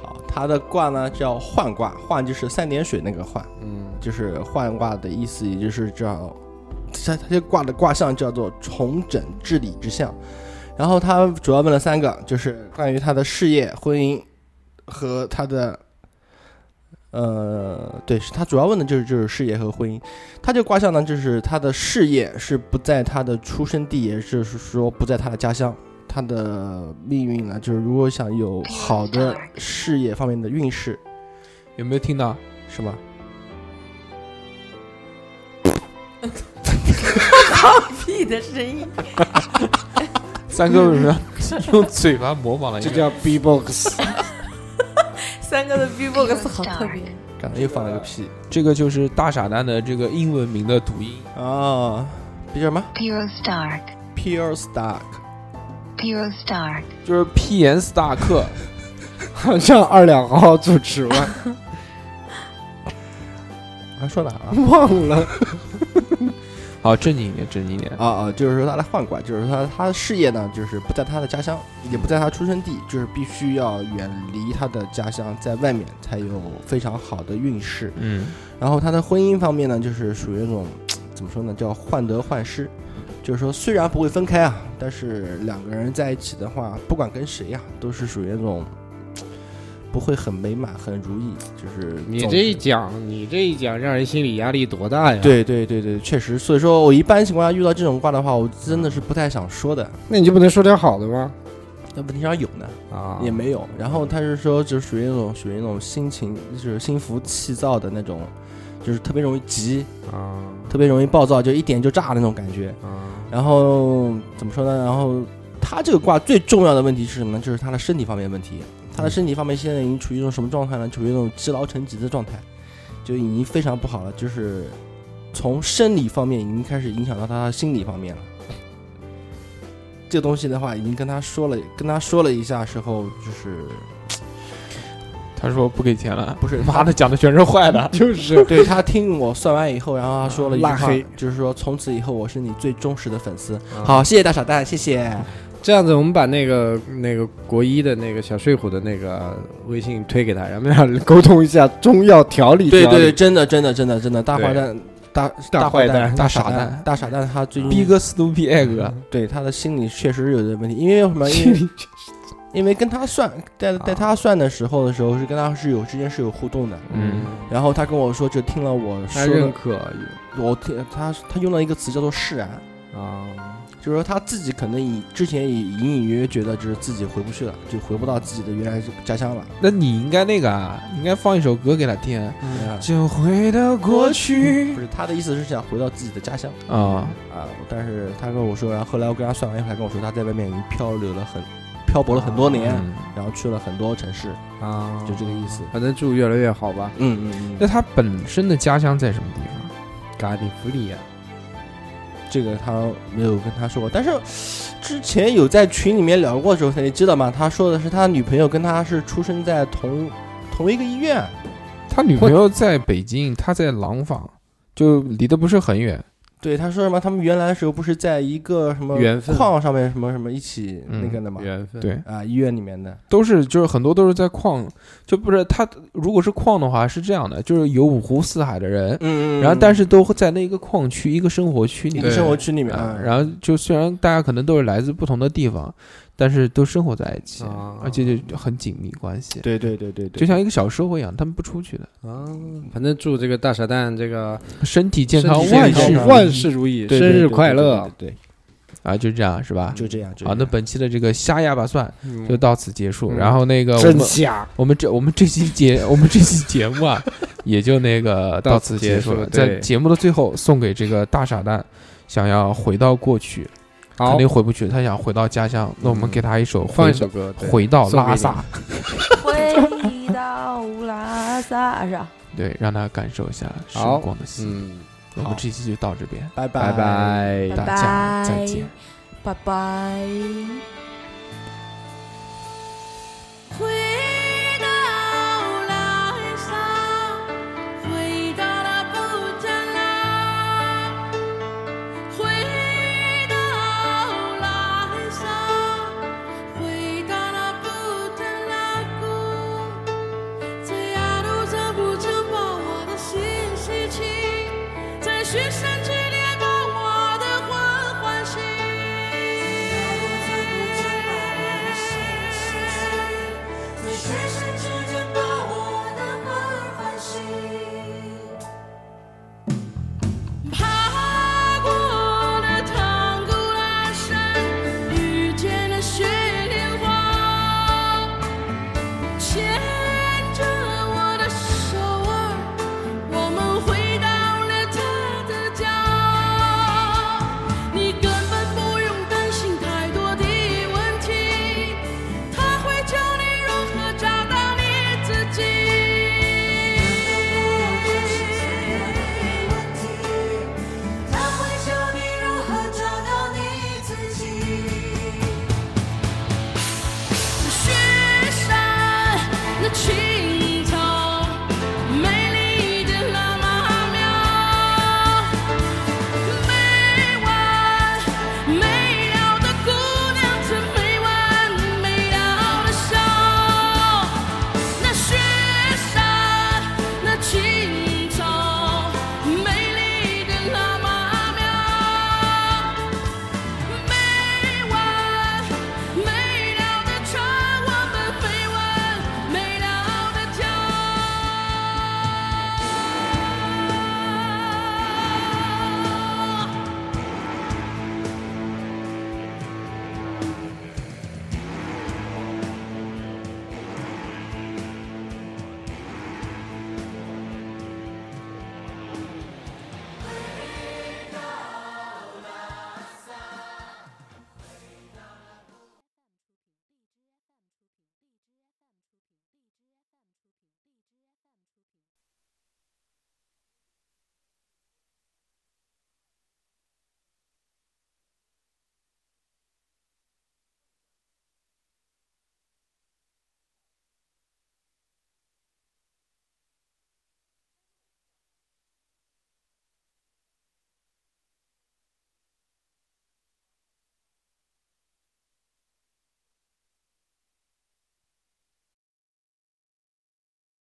好，它的卦呢叫换卦，换就是三点水那个换，嗯，就是换卦的意思，也就是叫它它这卦的卦象叫做重整治理之象。然后他主要问了三个，就是关于他的事业、婚姻和他的，呃，对，是他主要问的就是就是事业和婚姻。他这个卦象呢，就是他的事业是不在他的出生地，也就是说不在他的家乡。他的命运呢，就是如果想有好的事业方面的运势，有没有听到？是吗？ (laughs) 屁的声音，三哥为什 (laughs) 么要用嘴巴模仿了一这个？叫 B-box，三个的 B-box 好特别。刚才又放了个屁这个就是大傻蛋的这个英文名的读音。啊！比较什么 Piro Stark. ？Pure Stark， Piro Stark. 就是 P 岩斯大克， (laughs) 好像二两好好主持吧，还说哪啊？忘了。 (laughs) 好正经一点，正经一点。啊啊，就是说他来换卦，就是说他他的事业呢，就是不在他的家乡，也不在他出生地，就是必须要远离他的家乡，在外面才有非常好的运势。嗯，然后他的婚姻方面呢，就是属于那种怎么说呢，叫患得患失，就是说虽然不会分开啊，但是两个人在一起的话，不管跟谁呀、都是属于那种不会很美满、很如意，就是你总这一是讲，你这一讲，让人心理压力多大呀？，对对对对，确实，所以说我一般情况下遇到这种卦的话，我真的是不太想说的。那你就不能说点好的吗？那问题上有呢，嗯啊，也没有。然后他是说，就属于那种属于那种心情就是心浮气躁的那种，就是特别容易急，啊特别容易暴躁，就一点就炸那种感觉。啊，然后怎么说呢？然后他这个卦最重要的问题是什么呢？就是他的身体方面的问题。他的身体方面现在已经处于一种什么状态呢？处于那种积劳成疾的状态，就已经非常不好了。就是从生理方面已经开始影响到他的心理方面了。这个东西的话，已经跟他说了，跟他说了一下之后，就是他说不给钱了，不是妈的，讲的全是坏 (laughs) 的。就是 (laughs) 对他听我算完以后，然后他说了一句拉话黑，就是说从此以后我是你最忠实的粉丝。啊好，谢谢大傻蛋，谢谢。这样子，我们把那个那个国一的那个小睡虎的那个呃微信推给他，然后让他沟通一下中药调理。对调理对对，，真的真的真的真的大坏蛋，大大坏坏蛋大大傻傻蛋蛋，大傻蛋，他最近嗯逼哥 Snoopy Egg，对他的心理确实有点问题，因为 (laughs) 什 (laughs) 么？因为因为跟他算带带他算的时候的时候是跟他是有之间是有互动的，嗯，然后他跟我说就听了我他说认的，可我听他他用了一个词叫做释然，啊，就是说他自己可能以之前也隐隐约约觉得就是自己回不去了，就回不到自己的原来家乡了。那你应该那个啊，应该放一首歌给他听，对啊就回到过去 (laughs) 不是他的意思是想回到自己的家乡。啊。啊，但是他跟我说，然后后来我跟他算完以后，他跟我说他在外面已经漂流了很，漂泊了很多年，嗯然后去了很多城市，啊，就这个意思。反正祝越来越好吧。嗯嗯那他本身的家乡在什么地方？咖喱福利呀，啊这个他没有跟他说过，但是之前有在群里面聊过的时候，他也知道嘛，他说的是他女朋友跟他是出生在同同一个医院，他女朋友在北京，他在廊坊，就离得不是很远。对，他说什么他们原来的时候不是在一个什么缘分矿上面什么什么一起那个的嘛，缘分。对，啊，医院里面的，都是就是很多都是在矿，就不是他如果是矿的话是这样的，就是有五湖四海的人，嗯然后但是是都会在那一个矿区一个生活区里一面个对。生活区里面，啊嗯，然后就虽然大家可能都是来自不同的地方，但是都生活在一起，啊而且就很紧密关系，对对对对对，就像一个小社会一样，他们不出去的，啊，反正祝这个大傻蛋这个身体健康，身体万健事康万事如意，对生对对日对快对对乐。对，对啊，就这样是吧？就这样，就好，这那样本期的这个瞎哑巴蒜嗯就到此结束。嗯然后那个我真们香。我们这我们这期 (laughs) 节我们这期节目啊，也就那个到到此此结结束束了。对在节目的最后，送给这个大傻蛋，想要回到过去，肯好，嗯定回不去，他想回到家乡。那我们给他一首放一回首歌，对回到送给拉你萨。回滴到乌拉萨，是吧？对，让他感受一下时好光的心。嗯，我们这期就到这边，拜嗯拜拜。大家再见。拜拜。拜啊